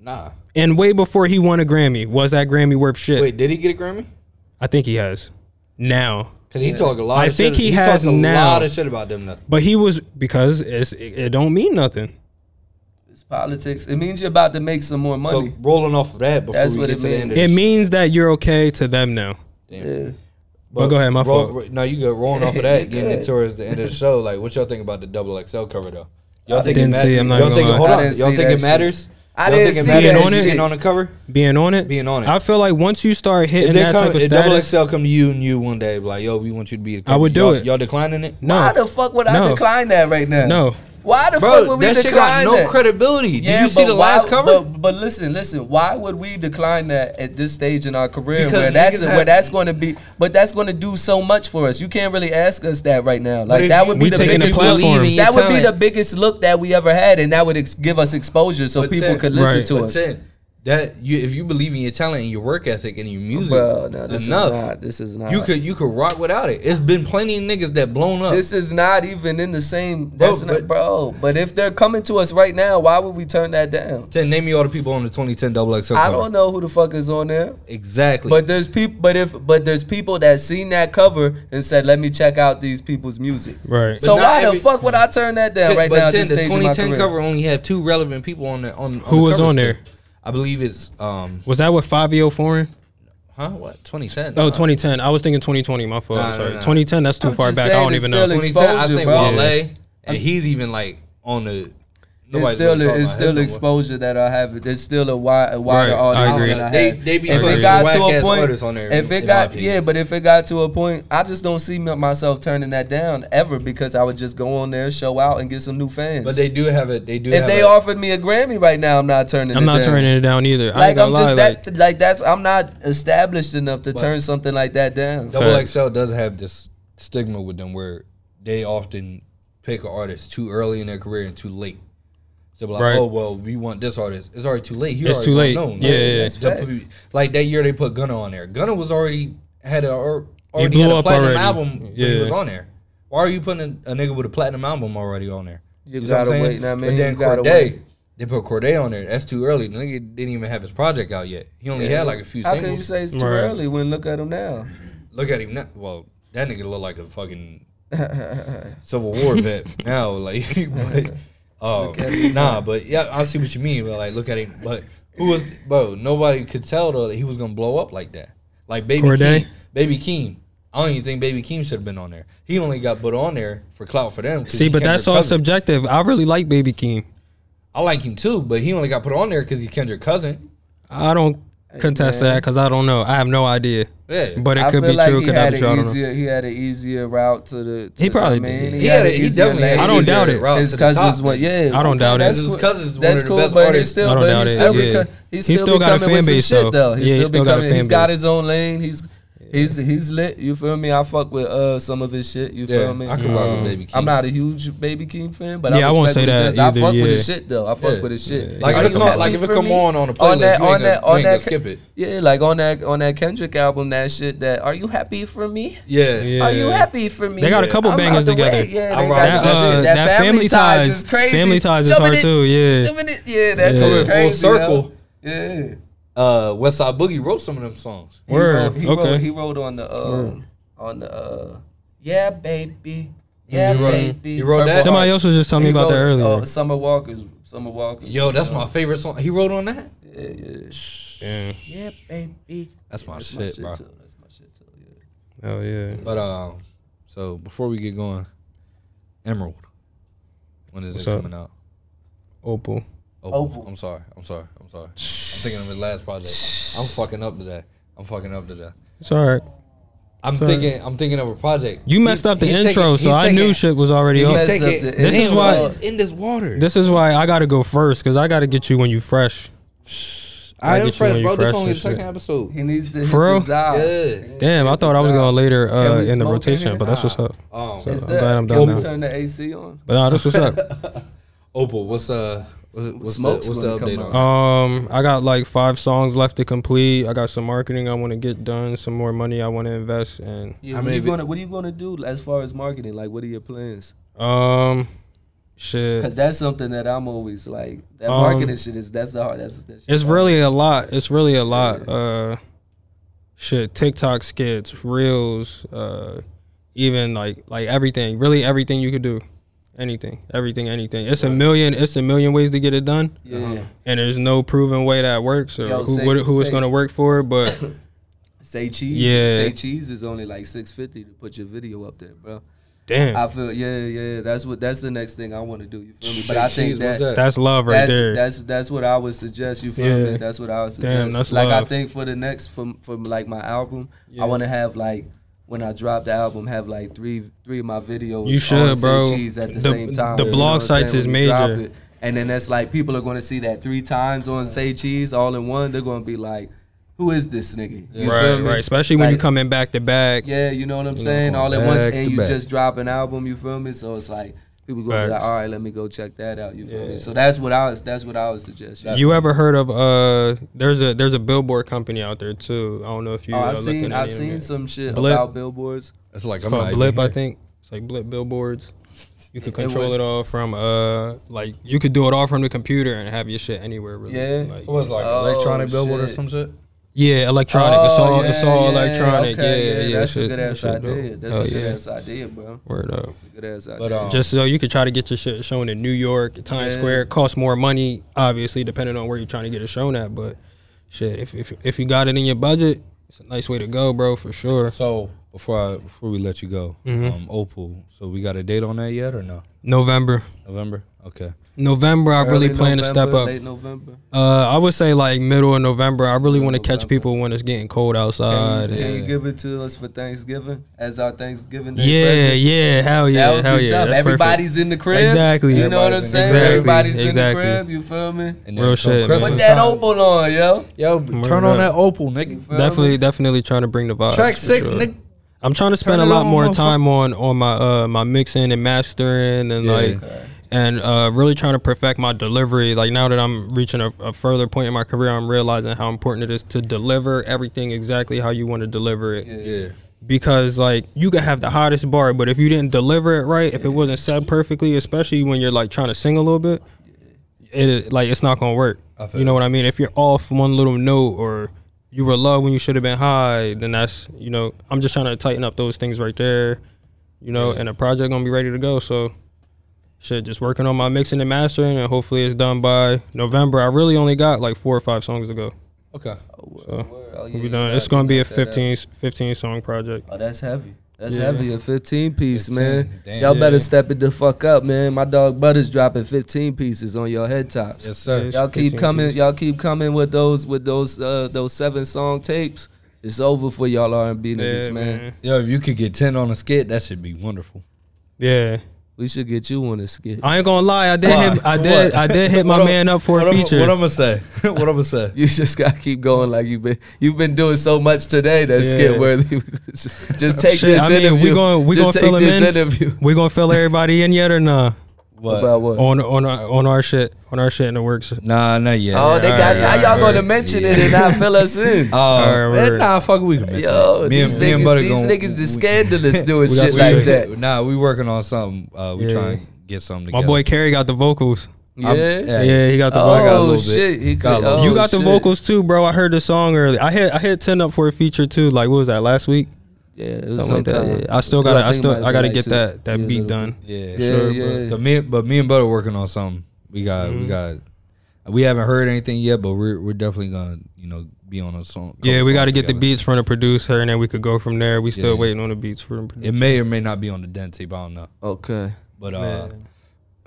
[SPEAKER 1] Nah.
[SPEAKER 4] And way before he won a Grammy, was that Grammy worth shit?
[SPEAKER 1] Wait, did he get a Grammy?
[SPEAKER 4] I think he has now,
[SPEAKER 1] Cause he talk a lot.
[SPEAKER 4] I
[SPEAKER 1] of
[SPEAKER 4] think
[SPEAKER 1] shit,
[SPEAKER 4] he has
[SPEAKER 1] talks a
[SPEAKER 4] now.
[SPEAKER 1] lot of shit about them. Now.
[SPEAKER 4] but he was because it's, it, it don't mean nothing.
[SPEAKER 2] it's politics. It means you're about to make some more money.
[SPEAKER 1] So rolling off of that before
[SPEAKER 2] That's
[SPEAKER 1] we
[SPEAKER 2] what
[SPEAKER 1] get
[SPEAKER 2] it
[SPEAKER 1] to the end of
[SPEAKER 4] It
[SPEAKER 1] this.
[SPEAKER 4] means that you're okay to them now.
[SPEAKER 1] Damn.
[SPEAKER 2] yeah.
[SPEAKER 4] But go ahead, my
[SPEAKER 1] roll-
[SPEAKER 4] fault.
[SPEAKER 1] ro- No, you good. Rolling off of that, getting
[SPEAKER 2] Good.
[SPEAKER 1] it towards the end of the show. Like, what y'all think about the double XL cover though? Y'all think
[SPEAKER 4] didn't
[SPEAKER 1] it matters?
[SPEAKER 4] see it, I'm not
[SPEAKER 1] y'all
[SPEAKER 4] gonna
[SPEAKER 1] think
[SPEAKER 4] lie.
[SPEAKER 1] hold
[SPEAKER 2] I
[SPEAKER 1] on?
[SPEAKER 2] didn't
[SPEAKER 1] Y'all
[SPEAKER 2] see
[SPEAKER 1] think
[SPEAKER 2] that
[SPEAKER 1] it
[SPEAKER 2] shit.
[SPEAKER 1] matters?
[SPEAKER 2] I
[SPEAKER 1] Y'all
[SPEAKER 2] didn't
[SPEAKER 1] think it
[SPEAKER 2] see
[SPEAKER 1] matters
[SPEAKER 4] that shit.
[SPEAKER 1] Being on the cover.
[SPEAKER 4] Being on it,
[SPEAKER 1] Being on it.
[SPEAKER 4] I feel like once you start
[SPEAKER 1] If
[SPEAKER 4] hitting
[SPEAKER 1] they
[SPEAKER 4] that
[SPEAKER 1] come,
[SPEAKER 4] type of
[SPEAKER 1] if double
[SPEAKER 4] status,
[SPEAKER 1] XL come to you and you one day be like, yo, we want you to be. The
[SPEAKER 4] I
[SPEAKER 1] cover,
[SPEAKER 4] would do
[SPEAKER 1] y'all-
[SPEAKER 4] it.
[SPEAKER 1] Y'all declining it?
[SPEAKER 4] no,
[SPEAKER 2] Why the fuck would I
[SPEAKER 4] No.
[SPEAKER 2] decline that right now?
[SPEAKER 4] no,
[SPEAKER 2] Why the fuck
[SPEAKER 1] Bro,
[SPEAKER 2] would we
[SPEAKER 1] that shit got
[SPEAKER 2] decline
[SPEAKER 1] no
[SPEAKER 2] that?
[SPEAKER 1] credibility. Did
[SPEAKER 2] Yeah,
[SPEAKER 1] you see
[SPEAKER 2] but
[SPEAKER 1] the
[SPEAKER 2] why-
[SPEAKER 1] last cover?
[SPEAKER 2] But, but listen, listen. Why would we decline that at this stage in our career?
[SPEAKER 1] Because
[SPEAKER 2] where that's
[SPEAKER 1] niggas have-
[SPEAKER 2] where that's going to be, but that's going to do so much for us. You can't really ask us that right now. Like
[SPEAKER 1] if
[SPEAKER 2] that
[SPEAKER 1] you-
[SPEAKER 2] would be
[SPEAKER 4] We
[SPEAKER 2] the
[SPEAKER 4] taking the
[SPEAKER 2] biggest
[SPEAKER 4] platform.
[SPEAKER 2] look-
[SPEAKER 4] Believe in
[SPEAKER 3] your
[SPEAKER 2] That would be
[SPEAKER 3] talent.
[SPEAKER 2] the biggest look that we ever had, and that would ex- give us exposure so
[SPEAKER 1] But
[SPEAKER 2] people
[SPEAKER 1] Ted-
[SPEAKER 2] could listen
[SPEAKER 4] right.
[SPEAKER 2] to
[SPEAKER 1] But
[SPEAKER 2] us.
[SPEAKER 1] Ted, that you if you believe in your talent and your work ethic and your music
[SPEAKER 2] Bro, no, this
[SPEAKER 1] enough,
[SPEAKER 2] is not. This is not.
[SPEAKER 1] you could you could rock without it. It's been plenty of niggas that blown up.
[SPEAKER 2] This is not even in the same. That's not,
[SPEAKER 1] but-
[SPEAKER 2] bro. But if they're coming to us right now, why would we turn that down?
[SPEAKER 1] Ten, name me all the people on the 2010 double XL cover.
[SPEAKER 2] I don't know who the fuck is on there.
[SPEAKER 1] Exactly.
[SPEAKER 2] But there's people, but if but there's people that seen that cover and said, "Let me check out these people's music."
[SPEAKER 4] right?
[SPEAKER 2] so
[SPEAKER 1] not
[SPEAKER 2] why
[SPEAKER 1] every-
[SPEAKER 2] the fuck would I turn that down
[SPEAKER 1] Ten-
[SPEAKER 2] right
[SPEAKER 1] but
[SPEAKER 2] now? at
[SPEAKER 1] Ten,
[SPEAKER 2] this
[SPEAKER 1] the
[SPEAKER 2] stage in my
[SPEAKER 1] 2010
[SPEAKER 2] career?
[SPEAKER 1] cover only had two relevant people on the on. on
[SPEAKER 4] Who
[SPEAKER 1] the
[SPEAKER 4] was
[SPEAKER 1] cover
[SPEAKER 4] on
[SPEAKER 1] still.
[SPEAKER 4] there?
[SPEAKER 1] I believe it's um
[SPEAKER 4] Was that with Fabio Foreign?
[SPEAKER 1] huh what Uh, 2010.
[SPEAKER 4] Oh,
[SPEAKER 1] Huh?
[SPEAKER 4] 2010. I was thinking 2020. My fault.
[SPEAKER 1] Nah,
[SPEAKER 4] I'm
[SPEAKER 1] nah,
[SPEAKER 4] sorry.
[SPEAKER 1] nah.
[SPEAKER 4] 2010. That's too
[SPEAKER 2] I'm
[SPEAKER 4] far
[SPEAKER 2] just
[SPEAKER 4] back. I
[SPEAKER 2] saying
[SPEAKER 4] don't
[SPEAKER 2] it's
[SPEAKER 4] even know.
[SPEAKER 2] still
[SPEAKER 1] 2010. I think
[SPEAKER 2] Exposure,
[SPEAKER 1] Wale
[SPEAKER 2] bro.
[SPEAKER 1] and he's even like on the.
[SPEAKER 2] It's
[SPEAKER 1] nobody's
[SPEAKER 2] still
[SPEAKER 1] really
[SPEAKER 2] a,
[SPEAKER 1] talking
[SPEAKER 2] it's
[SPEAKER 1] about
[SPEAKER 2] still
[SPEAKER 1] him no more.
[SPEAKER 2] exposure that I have. There's still a, wide, a wider
[SPEAKER 4] Right, I
[SPEAKER 2] audience.
[SPEAKER 4] agree.
[SPEAKER 2] Than I
[SPEAKER 1] They-
[SPEAKER 2] have.
[SPEAKER 1] they be
[SPEAKER 2] if
[SPEAKER 4] putting
[SPEAKER 2] it got
[SPEAKER 1] some
[SPEAKER 2] to a
[SPEAKER 1] whack-ass
[SPEAKER 2] point,
[SPEAKER 1] artists on there,
[SPEAKER 2] if
[SPEAKER 1] in
[SPEAKER 2] it
[SPEAKER 1] my
[SPEAKER 2] got
[SPEAKER 1] opinion.
[SPEAKER 2] yeah, but if it got to a point, I just don't see me- myself turning that down ever because I would just go on there, show out, and get some new fans.
[SPEAKER 1] But they do have it. They do.
[SPEAKER 2] if
[SPEAKER 1] have
[SPEAKER 2] they
[SPEAKER 1] a,
[SPEAKER 2] offered me a Grammy right now, I'm not turning.
[SPEAKER 4] I'm
[SPEAKER 2] it
[SPEAKER 4] not
[SPEAKER 2] down.
[SPEAKER 4] turning it down either. I ain't
[SPEAKER 2] Like
[SPEAKER 4] gonna
[SPEAKER 2] I'm
[SPEAKER 4] lie.
[SPEAKER 2] just
[SPEAKER 4] Like,
[SPEAKER 2] that like that's I'm not established enough to
[SPEAKER 1] But-
[SPEAKER 2] turn something like that down.
[SPEAKER 1] Double
[SPEAKER 4] Facts.
[SPEAKER 1] XL does have this stigma with them where they often pick an artist too early in their career and too late. So be like,
[SPEAKER 4] Right.
[SPEAKER 1] oh well, we want this artist. It's already too late. You
[SPEAKER 4] It's
[SPEAKER 1] already
[SPEAKER 4] too late.
[SPEAKER 1] Known.
[SPEAKER 4] Yeah, yeah, yeah.
[SPEAKER 2] That's facts.
[SPEAKER 1] like that year they put Gunna on there. Gunna was already had a or-
[SPEAKER 4] He
[SPEAKER 1] already
[SPEAKER 4] blew
[SPEAKER 1] had a
[SPEAKER 4] up
[SPEAKER 1] platinum
[SPEAKER 4] already.
[SPEAKER 1] album. When he
[SPEAKER 4] Yeah.
[SPEAKER 1] was on there. Why are you putting a, a nigga with a platinum album already on there?
[SPEAKER 2] You
[SPEAKER 1] see what I'm
[SPEAKER 2] gotta
[SPEAKER 1] saying?
[SPEAKER 2] wait, know what I mean?
[SPEAKER 1] But then
[SPEAKER 2] You gotta
[SPEAKER 1] Corday, they put Corday on there. That's too early. The nigga didn't even have his project out yet. He only had like a few
[SPEAKER 2] How
[SPEAKER 1] singles.
[SPEAKER 2] can you say it's too
[SPEAKER 4] Right.
[SPEAKER 2] early when look at him now?
[SPEAKER 1] Look at him now. Well, that nigga look like a fucking Civil War vet now. Like, but, oh nah, but yeah, I see what you mean. But like, look at him. But who was, bro? Nobody could tell though that he was gonna blow up like that. Like Baby
[SPEAKER 4] Corday?
[SPEAKER 1] Keem, Baby Keem. I don't even think Baby Keem should have been on there. He only got put on there for clout for them. 'cause
[SPEAKER 4] see,
[SPEAKER 1] he
[SPEAKER 4] but that's
[SPEAKER 1] Kendrick
[SPEAKER 4] all
[SPEAKER 1] cousin.
[SPEAKER 4] subjective. I really like Baby Keem.
[SPEAKER 1] I like him too, but he only got put on there because he's Kendrick cousin.
[SPEAKER 4] I don't contest
[SPEAKER 2] man.
[SPEAKER 4] that because I don't know. I have no idea.
[SPEAKER 1] Yeah,
[SPEAKER 4] But it
[SPEAKER 2] I
[SPEAKER 4] could
[SPEAKER 2] feel
[SPEAKER 4] be
[SPEAKER 2] like
[SPEAKER 4] true.
[SPEAKER 2] he
[SPEAKER 4] Could
[SPEAKER 2] had
[SPEAKER 4] not be
[SPEAKER 2] an
[SPEAKER 4] true. I don't know.
[SPEAKER 2] easier he had an easier route to the. To
[SPEAKER 4] He probably
[SPEAKER 2] I mean,
[SPEAKER 4] did.
[SPEAKER 1] he had. A,
[SPEAKER 2] an
[SPEAKER 1] he
[SPEAKER 2] easier
[SPEAKER 1] definitely. Had
[SPEAKER 2] lane.
[SPEAKER 4] I don't
[SPEAKER 1] an easier
[SPEAKER 4] doubt it.
[SPEAKER 1] route to
[SPEAKER 2] His
[SPEAKER 1] the
[SPEAKER 2] cousins
[SPEAKER 1] top.
[SPEAKER 2] went. Yeah,
[SPEAKER 4] I don't doubt
[SPEAKER 2] that's
[SPEAKER 4] it.
[SPEAKER 1] His
[SPEAKER 2] cool.
[SPEAKER 1] cousins were one
[SPEAKER 2] That's
[SPEAKER 1] of the
[SPEAKER 2] cool,
[SPEAKER 1] best
[SPEAKER 2] but he's
[SPEAKER 1] artists.
[SPEAKER 2] still.
[SPEAKER 4] I don't
[SPEAKER 2] but
[SPEAKER 4] doubt
[SPEAKER 2] he's
[SPEAKER 4] it,
[SPEAKER 2] still
[SPEAKER 4] yeah.
[SPEAKER 2] beco- he's still,
[SPEAKER 4] still got a
[SPEAKER 2] becoming with
[SPEAKER 4] fan
[SPEAKER 2] some
[SPEAKER 4] base,
[SPEAKER 2] shit,
[SPEAKER 4] though.
[SPEAKER 2] though. He's
[SPEAKER 4] Yeah, he
[SPEAKER 2] still
[SPEAKER 4] still got a
[SPEAKER 2] becoming. He's
[SPEAKER 4] fan
[SPEAKER 2] got
[SPEAKER 4] base.
[SPEAKER 2] his own lane. He's he's he's lit. You feel me? I fuck with uh some of his shit. You
[SPEAKER 1] Yeah,
[SPEAKER 2] feel me?
[SPEAKER 1] I could rock with Baby Keem.
[SPEAKER 2] I'm not a huge Baby King fan, but
[SPEAKER 4] Yeah,
[SPEAKER 2] I,
[SPEAKER 4] I won't
[SPEAKER 2] respect
[SPEAKER 4] say
[SPEAKER 2] what he
[SPEAKER 4] that
[SPEAKER 2] does.
[SPEAKER 4] either,
[SPEAKER 2] I fuck with his
[SPEAKER 4] yeah.
[SPEAKER 2] shit though. I fuck
[SPEAKER 1] Yeah.
[SPEAKER 2] with his shit.
[SPEAKER 1] Like, if
[SPEAKER 2] Are
[SPEAKER 1] it
[SPEAKER 2] you
[SPEAKER 1] come-
[SPEAKER 2] happy
[SPEAKER 1] like, if it
[SPEAKER 2] for
[SPEAKER 1] come
[SPEAKER 2] me?
[SPEAKER 1] on on a playlist, you ain't gonna- you ain't gonna skip it.
[SPEAKER 2] Yeah, like on that on that Kendrick album, that shit. That are you happy for me?
[SPEAKER 1] Yeah,
[SPEAKER 4] Yeah.
[SPEAKER 2] Are you happy for me?
[SPEAKER 4] They got a couple
[SPEAKER 2] I'm out
[SPEAKER 4] bangers
[SPEAKER 2] the
[SPEAKER 4] together.
[SPEAKER 2] way. Yeah,
[SPEAKER 1] I'm
[SPEAKER 2] they
[SPEAKER 1] right. That
[SPEAKER 2] got
[SPEAKER 4] That,
[SPEAKER 1] shit-
[SPEAKER 2] some
[SPEAKER 4] uh,
[SPEAKER 2] shit.
[SPEAKER 4] that family ties.
[SPEAKER 2] is crazy.
[SPEAKER 4] Family ties is
[SPEAKER 2] Jumping
[SPEAKER 4] hard
[SPEAKER 2] it-
[SPEAKER 4] too. Yeah.
[SPEAKER 2] jumping it- Yeah, that's
[SPEAKER 4] Yeah.
[SPEAKER 1] So in full
[SPEAKER 2] crazy.
[SPEAKER 1] circle,
[SPEAKER 2] yo. Yeah.
[SPEAKER 1] uh, Westside Boogie wrote some of them songs.
[SPEAKER 2] He
[SPEAKER 4] Word.
[SPEAKER 2] wrote- He wrote,
[SPEAKER 4] Okay.
[SPEAKER 2] he wrote on the um, on the uh, yeah, baby. Yeah,
[SPEAKER 1] he wrote-
[SPEAKER 2] baby.
[SPEAKER 1] he wrote
[SPEAKER 2] Purple
[SPEAKER 1] that?
[SPEAKER 4] Somebody
[SPEAKER 2] Hearts.
[SPEAKER 4] else was just telling
[SPEAKER 2] He
[SPEAKER 4] me about that
[SPEAKER 2] wrote,
[SPEAKER 4] earlier.
[SPEAKER 2] uh, Summer Walker's Summer Walker.
[SPEAKER 1] Yo, that's my favorite song. He wrote on that.
[SPEAKER 2] Yeah, yeah.
[SPEAKER 4] Yeah.
[SPEAKER 2] Yeah, baby.
[SPEAKER 1] That's my
[SPEAKER 2] That's
[SPEAKER 1] shit,
[SPEAKER 2] my shit
[SPEAKER 1] bro.
[SPEAKER 2] too. That's my shit too. Yeah.
[SPEAKER 4] Oh yeah.
[SPEAKER 1] But um, so before we get going, Emerald, when is
[SPEAKER 4] What's
[SPEAKER 1] it
[SPEAKER 4] up?
[SPEAKER 1] coming out? Oh,
[SPEAKER 4] Opal.
[SPEAKER 1] Opal.
[SPEAKER 2] Opal.
[SPEAKER 1] I'm sorry. I'm sorry. I'm sorry. I'm thinking of his last project. I'm fucking up today. I'm fucking up today.
[SPEAKER 4] It's all right.
[SPEAKER 1] I'm
[SPEAKER 4] Sorry.
[SPEAKER 1] thinking. I'm thinking of a project.
[SPEAKER 4] You messed up the
[SPEAKER 1] he's
[SPEAKER 4] intro,
[SPEAKER 1] taking-
[SPEAKER 4] so
[SPEAKER 1] he's
[SPEAKER 4] I
[SPEAKER 1] taking-
[SPEAKER 4] knew shit was already
[SPEAKER 1] He's
[SPEAKER 2] messed
[SPEAKER 4] up.
[SPEAKER 2] up
[SPEAKER 1] taking-
[SPEAKER 2] the
[SPEAKER 4] This is
[SPEAKER 1] Damn,
[SPEAKER 4] why-
[SPEAKER 1] it's in this water.
[SPEAKER 4] This is why I gotta go first, cause I gotta get you when you fresh. I
[SPEAKER 1] I am
[SPEAKER 4] get you
[SPEAKER 1] fresh,
[SPEAKER 4] when you
[SPEAKER 1] bro.
[SPEAKER 4] fresh
[SPEAKER 1] This only
[SPEAKER 4] and
[SPEAKER 1] the second
[SPEAKER 4] shit.
[SPEAKER 1] episode.
[SPEAKER 2] He needs to
[SPEAKER 4] For
[SPEAKER 2] hit
[SPEAKER 4] real?
[SPEAKER 2] this out.
[SPEAKER 1] Yeah.
[SPEAKER 4] Damn, I thought I was going later
[SPEAKER 2] Can
[SPEAKER 4] uh,
[SPEAKER 2] we
[SPEAKER 4] in the
[SPEAKER 2] smoke in
[SPEAKER 4] rotation,
[SPEAKER 2] here?
[SPEAKER 4] but that's what's
[SPEAKER 1] Nah.
[SPEAKER 4] up.
[SPEAKER 1] Um,
[SPEAKER 4] So-
[SPEAKER 2] Is
[SPEAKER 4] I'm
[SPEAKER 2] that,
[SPEAKER 4] glad I'm
[SPEAKER 2] can
[SPEAKER 4] done
[SPEAKER 2] we
[SPEAKER 4] now.
[SPEAKER 2] turn the AC on?
[SPEAKER 4] But nah, that's what's up.
[SPEAKER 1] Opal, what's uh, what's, what's the
[SPEAKER 2] Smoke's
[SPEAKER 1] what's the
[SPEAKER 2] gonna
[SPEAKER 1] update
[SPEAKER 2] come
[SPEAKER 1] on?
[SPEAKER 4] Um, I got like five songs left to complete. I got some marketing I want to get done, some more money I want to invest, and
[SPEAKER 2] Yeah,
[SPEAKER 1] How
[SPEAKER 2] what,
[SPEAKER 1] many
[SPEAKER 2] you
[SPEAKER 1] vi-
[SPEAKER 2] gonna, what are you going to do as far as marketing? Like, what are your plans?
[SPEAKER 4] um, shit.
[SPEAKER 2] Because that's something that I'm always like, that
[SPEAKER 4] Um,
[SPEAKER 2] marketing shit is, that's the hard, that's, that's
[SPEAKER 4] It's really a lot. It's really a lot. Uh, shit. TikTok skits, reels, uh, even like like everything. Really, everything you could do, anything, everything, anything. It's a million. It's a million ways to get it done.
[SPEAKER 2] Yeah.
[SPEAKER 1] Uh-huh.
[SPEAKER 4] and there's no proven way that works or
[SPEAKER 2] Yo,
[SPEAKER 4] who
[SPEAKER 2] say-
[SPEAKER 4] what, who it's
[SPEAKER 2] say-
[SPEAKER 4] gonna work for. But
[SPEAKER 2] Say cheese.
[SPEAKER 4] Yeah.
[SPEAKER 2] Say cheese is only like six fifty to put your video up there, bro.
[SPEAKER 4] damn,
[SPEAKER 2] I feel yeah, yeah. That's what that's the next thing I want to do. You feel me? But
[SPEAKER 1] Say
[SPEAKER 2] I think
[SPEAKER 1] cheese, what's
[SPEAKER 2] that,
[SPEAKER 1] that?
[SPEAKER 4] that's love right
[SPEAKER 2] that's,
[SPEAKER 4] there.
[SPEAKER 2] that's that's what I would suggest. You feel
[SPEAKER 4] Yeah.
[SPEAKER 2] me? That's what I would suggest.
[SPEAKER 4] Damn, that's
[SPEAKER 2] like I
[SPEAKER 4] love.
[SPEAKER 2] think for the next from from like my album,
[SPEAKER 4] Yeah.
[SPEAKER 2] I want to have like when I drop the album, have like three three of my videos.
[SPEAKER 4] You should,
[SPEAKER 2] on Say
[SPEAKER 4] bro.
[SPEAKER 2] Cheese at the,
[SPEAKER 4] The-
[SPEAKER 2] same time.
[SPEAKER 4] the
[SPEAKER 2] you know
[SPEAKER 4] blog
[SPEAKER 2] what I'm saying,
[SPEAKER 4] sites is
[SPEAKER 2] when you drop
[SPEAKER 4] major.
[SPEAKER 2] it. And then that's like people are going to see that three times on Say Cheese all in one. They're going to be like, "Who is this nigga?" You
[SPEAKER 4] right,
[SPEAKER 2] feel me?
[SPEAKER 4] right. Especially when you
[SPEAKER 2] Like-
[SPEAKER 4] coming back to back.
[SPEAKER 2] Yeah, you know what I'm
[SPEAKER 4] know,
[SPEAKER 2] saying?
[SPEAKER 4] going
[SPEAKER 2] All at once,
[SPEAKER 1] back
[SPEAKER 2] and
[SPEAKER 1] to
[SPEAKER 2] you
[SPEAKER 1] back.
[SPEAKER 2] just drop an album. You feel me? So it's like people go
[SPEAKER 4] Facts.
[SPEAKER 2] like, all right, let me go check that out. You feel
[SPEAKER 4] Yeah.
[SPEAKER 2] me? So that's what I was. That's what I would suggest. You
[SPEAKER 4] You ever heard of uh? There's a there's a billboard company out there too. I don't know if you.
[SPEAKER 2] Oh,
[SPEAKER 4] uh,
[SPEAKER 2] I've seen
[SPEAKER 4] looking
[SPEAKER 2] I've
[SPEAKER 4] at
[SPEAKER 2] seen
[SPEAKER 4] it.
[SPEAKER 2] some shit
[SPEAKER 4] Blip.
[SPEAKER 2] about billboards.
[SPEAKER 1] It's like
[SPEAKER 4] It's
[SPEAKER 1] I'm
[SPEAKER 4] called
[SPEAKER 1] not
[SPEAKER 4] Blip,
[SPEAKER 1] even
[SPEAKER 4] I
[SPEAKER 1] here.
[SPEAKER 4] think. It's like Blip billboards. You could
[SPEAKER 2] It would-
[SPEAKER 4] control it, all from uh, like you could do it all from the computer and have your shit anywhere. Really.
[SPEAKER 2] Yeah.
[SPEAKER 4] Like,
[SPEAKER 1] So it's like
[SPEAKER 2] Oh,
[SPEAKER 1] electronic billboard or
[SPEAKER 2] shit.
[SPEAKER 1] some shit.
[SPEAKER 4] yeah, electronic. it's
[SPEAKER 2] Oh,
[SPEAKER 4] all it's
[SPEAKER 2] yeah,
[SPEAKER 4] all
[SPEAKER 2] yeah,
[SPEAKER 4] electronic.
[SPEAKER 2] okay,
[SPEAKER 4] yeah, yeah.
[SPEAKER 2] that's
[SPEAKER 4] shit,
[SPEAKER 2] a good
[SPEAKER 4] that
[SPEAKER 2] ass
[SPEAKER 4] shit dope.
[SPEAKER 2] idea. That's
[SPEAKER 4] Hell
[SPEAKER 2] a good
[SPEAKER 4] yeah.
[SPEAKER 2] ass idea, bro.
[SPEAKER 4] Word up.
[SPEAKER 2] That's a Good ass idea.
[SPEAKER 1] But, um,
[SPEAKER 4] Oh. Just so you could try to get your shit shown in New York, Times
[SPEAKER 2] Yeah.
[SPEAKER 4] Square. It costs more money, obviously, depending on where you're trying to get it shown at. But shit, if if, if you got it in your budget, it's a nice way to go, bro, for sure.
[SPEAKER 1] So before I before we let you go,
[SPEAKER 4] Mm-hmm.
[SPEAKER 1] um, Opal. So we got a date on that yet or no?
[SPEAKER 4] November,
[SPEAKER 1] November. Okay.
[SPEAKER 4] November, I really
[SPEAKER 2] Early
[SPEAKER 4] plan to step
[SPEAKER 2] November,
[SPEAKER 4] up.
[SPEAKER 2] Late November.
[SPEAKER 4] Uh, I would say like middle of November. I really want to catch
[SPEAKER 2] November.
[SPEAKER 4] people when it's getting cold
[SPEAKER 2] Can,
[SPEAKER 4] outside.
[SPEAKER 2] you, can
[SPEAKER 1] yeah.
[SPEAKER 2] you give it to us for Thanksgiving as our Thanksgiving Day
[SPEAKER 4] yeah,
[SPEAKER 2] present?
[SPEAKER 4] yeah, hell
[SPEAKER 2] that
[SPEAKER 4] yeah,
[SPEAKER 2] would
[SPEAKER 4] hell
[SPEAKER 2] be
[SPEAKER 4] yeah.
[SPEAKER 2] tough.
[SPEAKER 4] That's
[SPEAKER 2] Everybody's
[SPEAKER 4] perfect.
[SPEAKER 2] in the crib.
[SPEAKER 4] Exactly.
[SPEAKER 2] You know what I'm
[SPEAKER 1] Everybody's in
[SPEAKER 2] saying?
[SPEAKER 1] the crib.
[SPEAKER 2] Everybody's
[SPEAKER 4] Exactly.
[SPEAKER 2] in the crib. You feel me?
[SPEAKER 1] And
[SPEAKER 4] Real
[SPEAKER 1] come
[SPEAKER 4] shit,
[SPEAKER 1] Christmas
[SPEAKER 4] man.
[SPEAKER 2] Put that
[SPEAKER 1] time-
[SPEAKER 2] opal on, yo.
[SPEAKER 1] Yo,
[SPEAKER 4] Word
[SPEAKER 1] turn on
[SPEAKER 4] up.
[SPEAKER 1] that Opal, nigga.
[SPEAKER 2] feel
[SPEAKER 4] Definitely, definitely trying to bring the vibe.
[SPEAKER 1] Track
[SPEAKER 4] for
[SPEAKER 1] six,
[SPEAKER 4] sure.
[SPEAKER 1] nigga.
[SPEAKER 4] I'm trying to spend a
[SPEAKER 1] it
[SPEAKER 4] lot
[SPEAKER 1] on,
[SPEAKER 4] more
[SPEAKER 1] motherfucker.
[SPEAKER 4] time on on my uh my mixing and mastering and
[SPEAKER 1] Yeah.
[SPEAKER 4] like and uh really trying to perfect my delivery. Like now that I'm reaching a, a further point in my career, I'm realizing how important it is to deliver everything exactly how you want to deliver it.
[SPEAKER 1] Yeah.
[SPEAKER 4] Because like you can have the hottest bar, but if you didn't deliver it right, if it wasn't said perfectly, especially when you're like trying to sing a little bit, it like it's not gonna work.
[SPEAKER 1] I feel
[SPEAKER 4] You know what I mean? If you're off one little note or you were low when you should have been high, then that's you know I'm just trying to tighten up those things right there, you know, and the project gonna be ready to go. So, shit, just working on my mixing and mastering, and hopefully it's done by November. I really only got like four or five songs to go.
[SPEAKER 1] Okay.
[SPEAKER 4] So,
[SPEAKER 2] Oh, yeah,
[SPEAKER 4] We'll be
[SPEAKER 2] you
[SPEAKER 4] done.
[SPEAKER 2] gotta
[SPEAKER 4] It's gonna be a
[SPEAKER 2] knock that out.
[SPEAKER 4] 15 15 song project.
[SPEAKER 2] Oh, that's heavy. That's
[SPEAKER 4] Yeah.
[SPEAKER 2] heavy. A 15 piece,
[SPEAKER 1] 15,
[SPEAKER 2] man.
[SPEAKER 1] damn.
[SPEAKER 2] Y'all
[SPEAKER 4] Yeah.
[SPEAKER 2] better step it the fuck up, man. My dog Butter's dropping 15 pieces on your head tops.
[SPEAKER 1] Yes, sir.
[SPEAKER 4] Yes.
[SPEAKER 2] Y'all keep
[SPEAKER 4] 15
[SPEAKER 2] coming.
[SPEAKER 4] pieces.
[SPEAKER 2] Y'all keep coming with those with those uh, those seven song tapes. It's over for y'all R and B niggas,
[SPEAKER 4] Yeah,
[SPEAKER 2] man.
[SPEAKER 4] man.
[SPEAKER 1] Yo, if you could get ten on a skit, that should be wonderful.
[SPEAKER 4] Yeah.
[SPEAKER 2] We should get you on a skit.
[SPEAKER 4] I ain't gonna lie. I did.
[SPEAKER 1] Why?
[SPEAKER 4] Hit, I did.
[SPEAKER 1] What?
[SPEAKER 4] I did hit my
[SPEAKER 1] What
[SPEAKER 4] man up for
[SPEAKER 1] what
[SPEAKER 4] a feature.
[SPEAKER 1] I'm, what I'm gonna say? what I'm gonna say?
[SPEAKER 2] You just gotta keep going like you've been you've been doing so much today that
[SPEAKER 4] Yeah. Oh,
[SPEAKER 2] skit worthy. just take
[SPEAKER 4] Shit,
[SPEAKER 2] this
[SPEAKER 4] I mean, we
[SPEAKER 2] interview.
[SPEAKER 4] gonna- we
[SPEAKER 2] just
[SPEAKER 4] gonna
[SPEAKER 2] take
[SPEAKER 4] fill 'em
[SPEAKER 2] this
[SPEAKER 4] in.
[SPEAKER 2] interview.
[SPEAKER 4] We gonna fill everybody in yet or nah?
[SPEAKER 1] What?
[SPEAKER 2] About what?
[SPEAKER 4] On on our- on our shit on our shit in the works.
[SPEAKER 1] Nah, not yet.
[SPEAKER 2] Oh, they
[SPEAKER 4] all
[SPEAKER 2] got
[SPEAKER 4] right,
[SPEAKER 2] how
[SPEAKER 4] all
[SPEAKER 2] y'all
[SPEAKER 4] right.
[SPEAKER 2] gonna mention it and not fill us in?
[SPEAKER 1] Oh,
[SPEAKER 4] Alright,
[SPEAKER 1] man,
[SPEAKER 4] word.
[SPEAKER 1] nah, fuck, we can miss
[SPEAKER 2] Yo,
[SPEAKER 1] it. Me
[SPEAKER 2] these
[SPEAKER 1] and, me and
[SPEAKER 2] niggas,
[SPEAKER 1] Butter
[SPEAKER 2] these
[SPEAKER 1] gon-
[SPEAKER 2] niggas
[SPEAKER 1] we-
[SPEAKER 2] is scandalous doing
[SPEAKER 1] we got-
[SPEAKER 2] shit
[SPEAKER 1] we-
[SPEAKER 2] like that.
[SPEAKER 1] Nah, we working on something. Uh, we
[SPEAKER 4] Yeah.
[SPEAKER 1] trying to get something
[SPEAKER 4] My
[SPEAKER 1] together.
[SPEAKER 4] boy Kerry got the vocals.
[SPEAKER 1] I'm-
[SPEAKER 2] Yeah.
[SPEAKER 1] yeah.
[SPEAKER 4] Yeah, he got the
[SPEAKER 2] Oh,
[SPEAKER 1] I got a
[SPEAKER 4] vocals.
[SPEAKER 1] little bit.
[SPEAKER 2] shit, he
[SPEAKER 1] Got a
[SPEAKER 2] could-
[SPEAKER 1] little
[SPEAKER 2] oh,
[SPEAKER 4] you got the
[SPEAKER 2] shit.
[SPEAKER 4] vocals too, bro. I heard the song earlier. I hit I hit ten up for a feature too. Like what was that last week?
[SPEAKER 2] Yeah, it was
[SPEAKER 4] Something like that.
[SPEAKER 2] sometime.
[SPEAKER 4] yeah. I still
[SPEAKER 2] Yeah,
[SPEAKER 4] got.
[SPEAKER 2] I
[SPEAKER 4] to I
[SPEAKER 2] think it might
[SPEAKER 4] still. I
[SPEAKER 2] be
[SPEAKER 4] got to
[SPEAKER 2] like
[SPEAKER 4] get
[SPEAKER 2] two.
[SPEAKER 4] that that
[SPEAKER 2] Yeah,
[SPEAKER 4] beat
[SPEAKER 2] little
[SPEAKER 4] done.
[SPEAKER 1] Yeah,
[SPEAKER 2] Yeah,
[SPEAKER 1] sure.
[SPEAKER 2] yeah.
[SPEAKER 1] bro. So me, but me and Butter working on something. We got,
[SPEAKER 4] Mm-hmm.
[SPEAKER 1] we got, we haven't heard anything yet, but we're we're definitely gonna, you know, be on a song.
[SPEAKER 4] Yeah,
[SPEAKER 1] couple
[SPEAKER 4] we got to
[SPEAKER 1] songs
[SPEAKER 4] get the
[SPEAKER 1] together.
[SPEAKER 4] beats from the producer, and then we could go from there. We still
[SPEAKER 1] Yeah.
[SPEAKER 4] waiting on the beats from the
[SPEAKER 1] It
[SPEAKER 4] producer.
[SPEAKER 1] may or may not be on the dent tape. I don't know,
[SPEAKER 2] Okay.
[SPEAKER 1] but uh,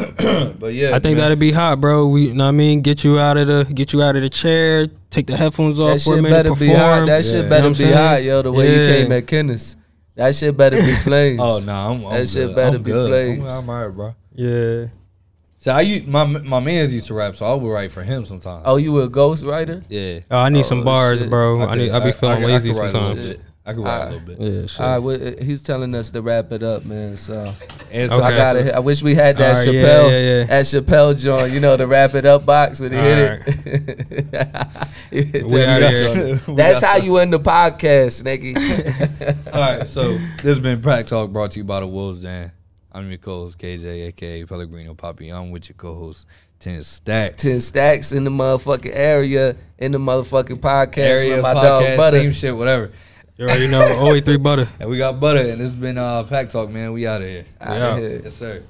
[SPEAKER 1] but yeah,
[SPEAKER 4] I think
[SPEAKER 1] man.
[SPEAKER 4] that'd be hot, bro. We, you know what I mean? Get you out of the, get you out of the chair. Take the headphones off
[SPEAKER 2] That
[SPEAKER 4] for a
[SPEAKER 2] shit
[SPEAKER 4] minute.
[SPEAKER 2] better
[SPEAKER 4] perform.
[SPEAKER 2] be hot. That
[SPEAKER 1] Yeah.
[SPEAKER 2] shit
[SPEAKER 4] You know
[SPEAKER 2] better
[SPEAKER 4] what
[SPEAKER 2] be
[SPEAKER 4] I'm saying?
[SPEAKER 2] hot, yo. The way
[SPEAKER 4] Yeah.
[SPEAKER 2] you came at Kenneth, that shit better be flames.
[SPEAKER 1] Oh no, I'm, I'm
[SPEAKER 2] That shit
[SPEAKER 1] good.
[SPEAKER 2] better
[SPEAKER 1] I'm
[SPEAKER 2] be
[SPEAKER 1] good.
[SPEAKER 2] flames.
[SPEAKER 1] I'm, I'm all right, bro.
[SPEAKER 4] yeah.
[SPEAKER 1] So I u- my my man's used to rap, so I would write for him sometimes.
[SPEAKER 2] Oh, you a ghost writer?
[SPEAKER 1] Yeah,
[SPEAKER 4] Oh, I need
[SPEAKER 2] Oh,
[SPEAKER 4] some bars,
[SPEAKER 2] shit.
[SPEAKER 4] bro. I,
[SPEAKER 1] could-
[SPEAKER 4] need. I be feeling
[SPEAKER 1] could-
[SPEAKER 4] lazy
[SPEAKER 1] could write a little
[SPEAKER 4] sometimes.
[SPEAKER 1] bit. I could write a little
[SPEAKER 2] Alright.
[SPEAKER 1] bit.
[SPEAKER 4] Yeah. Shit.
[SPEAKER 2] All right, well, uh, he's telling us to wrap it up, man. So
[SPEAKER 1] Uh, And
[SPEAKER 4] Okay.
[SPEAKER 2] I got it. I wish we had that
[SPEAKER 4] All right, yeah,
[SPEAKER 2] Chappelle,
[SPEAKER 4] yeah, yeah.
[SPEAKER 2] that Chappelle joint. You know, the wrap it up box when he
[SPEAKER 4] All
[SPEAKER 2] hit it. He hit
[SPEAKER 4] We
[SPEAKER 2] that
[SPEAKER 4] outta
[SPEAKER 2] joint.
[SPEAKER 4] here.
[SPEAKER 2] That's how you end the podcast, nigga.
[SPEAKER 1] All right, so this has been Prac Talk brought to you by the Wolves Den. I'm your co-host KJ, aka Pellegrino Poppy. I'm with your co-host Ten Stacks.
[SPEAKER 2] Ten stacks in the motherfucking area, in the motherfucking podcast
[SPEAKER 1] Area
[SPEAKER 2] with my
[SPEAKER 1] podcast,
[SPEAKER 2] dog Butter.
[SPEAKER 1] same shit, whatever.
[SPEAKER 4] You already know. OE three butter.
[SPEAKER 1] And we got butter, and it's been uh, Pack Talk, man. We out of here.
[SPEAKER 2] Outta
[SPEAKER 4] Yeah.
[SPEAKER 2] here.
[SPEAKER 1] Yes, sir.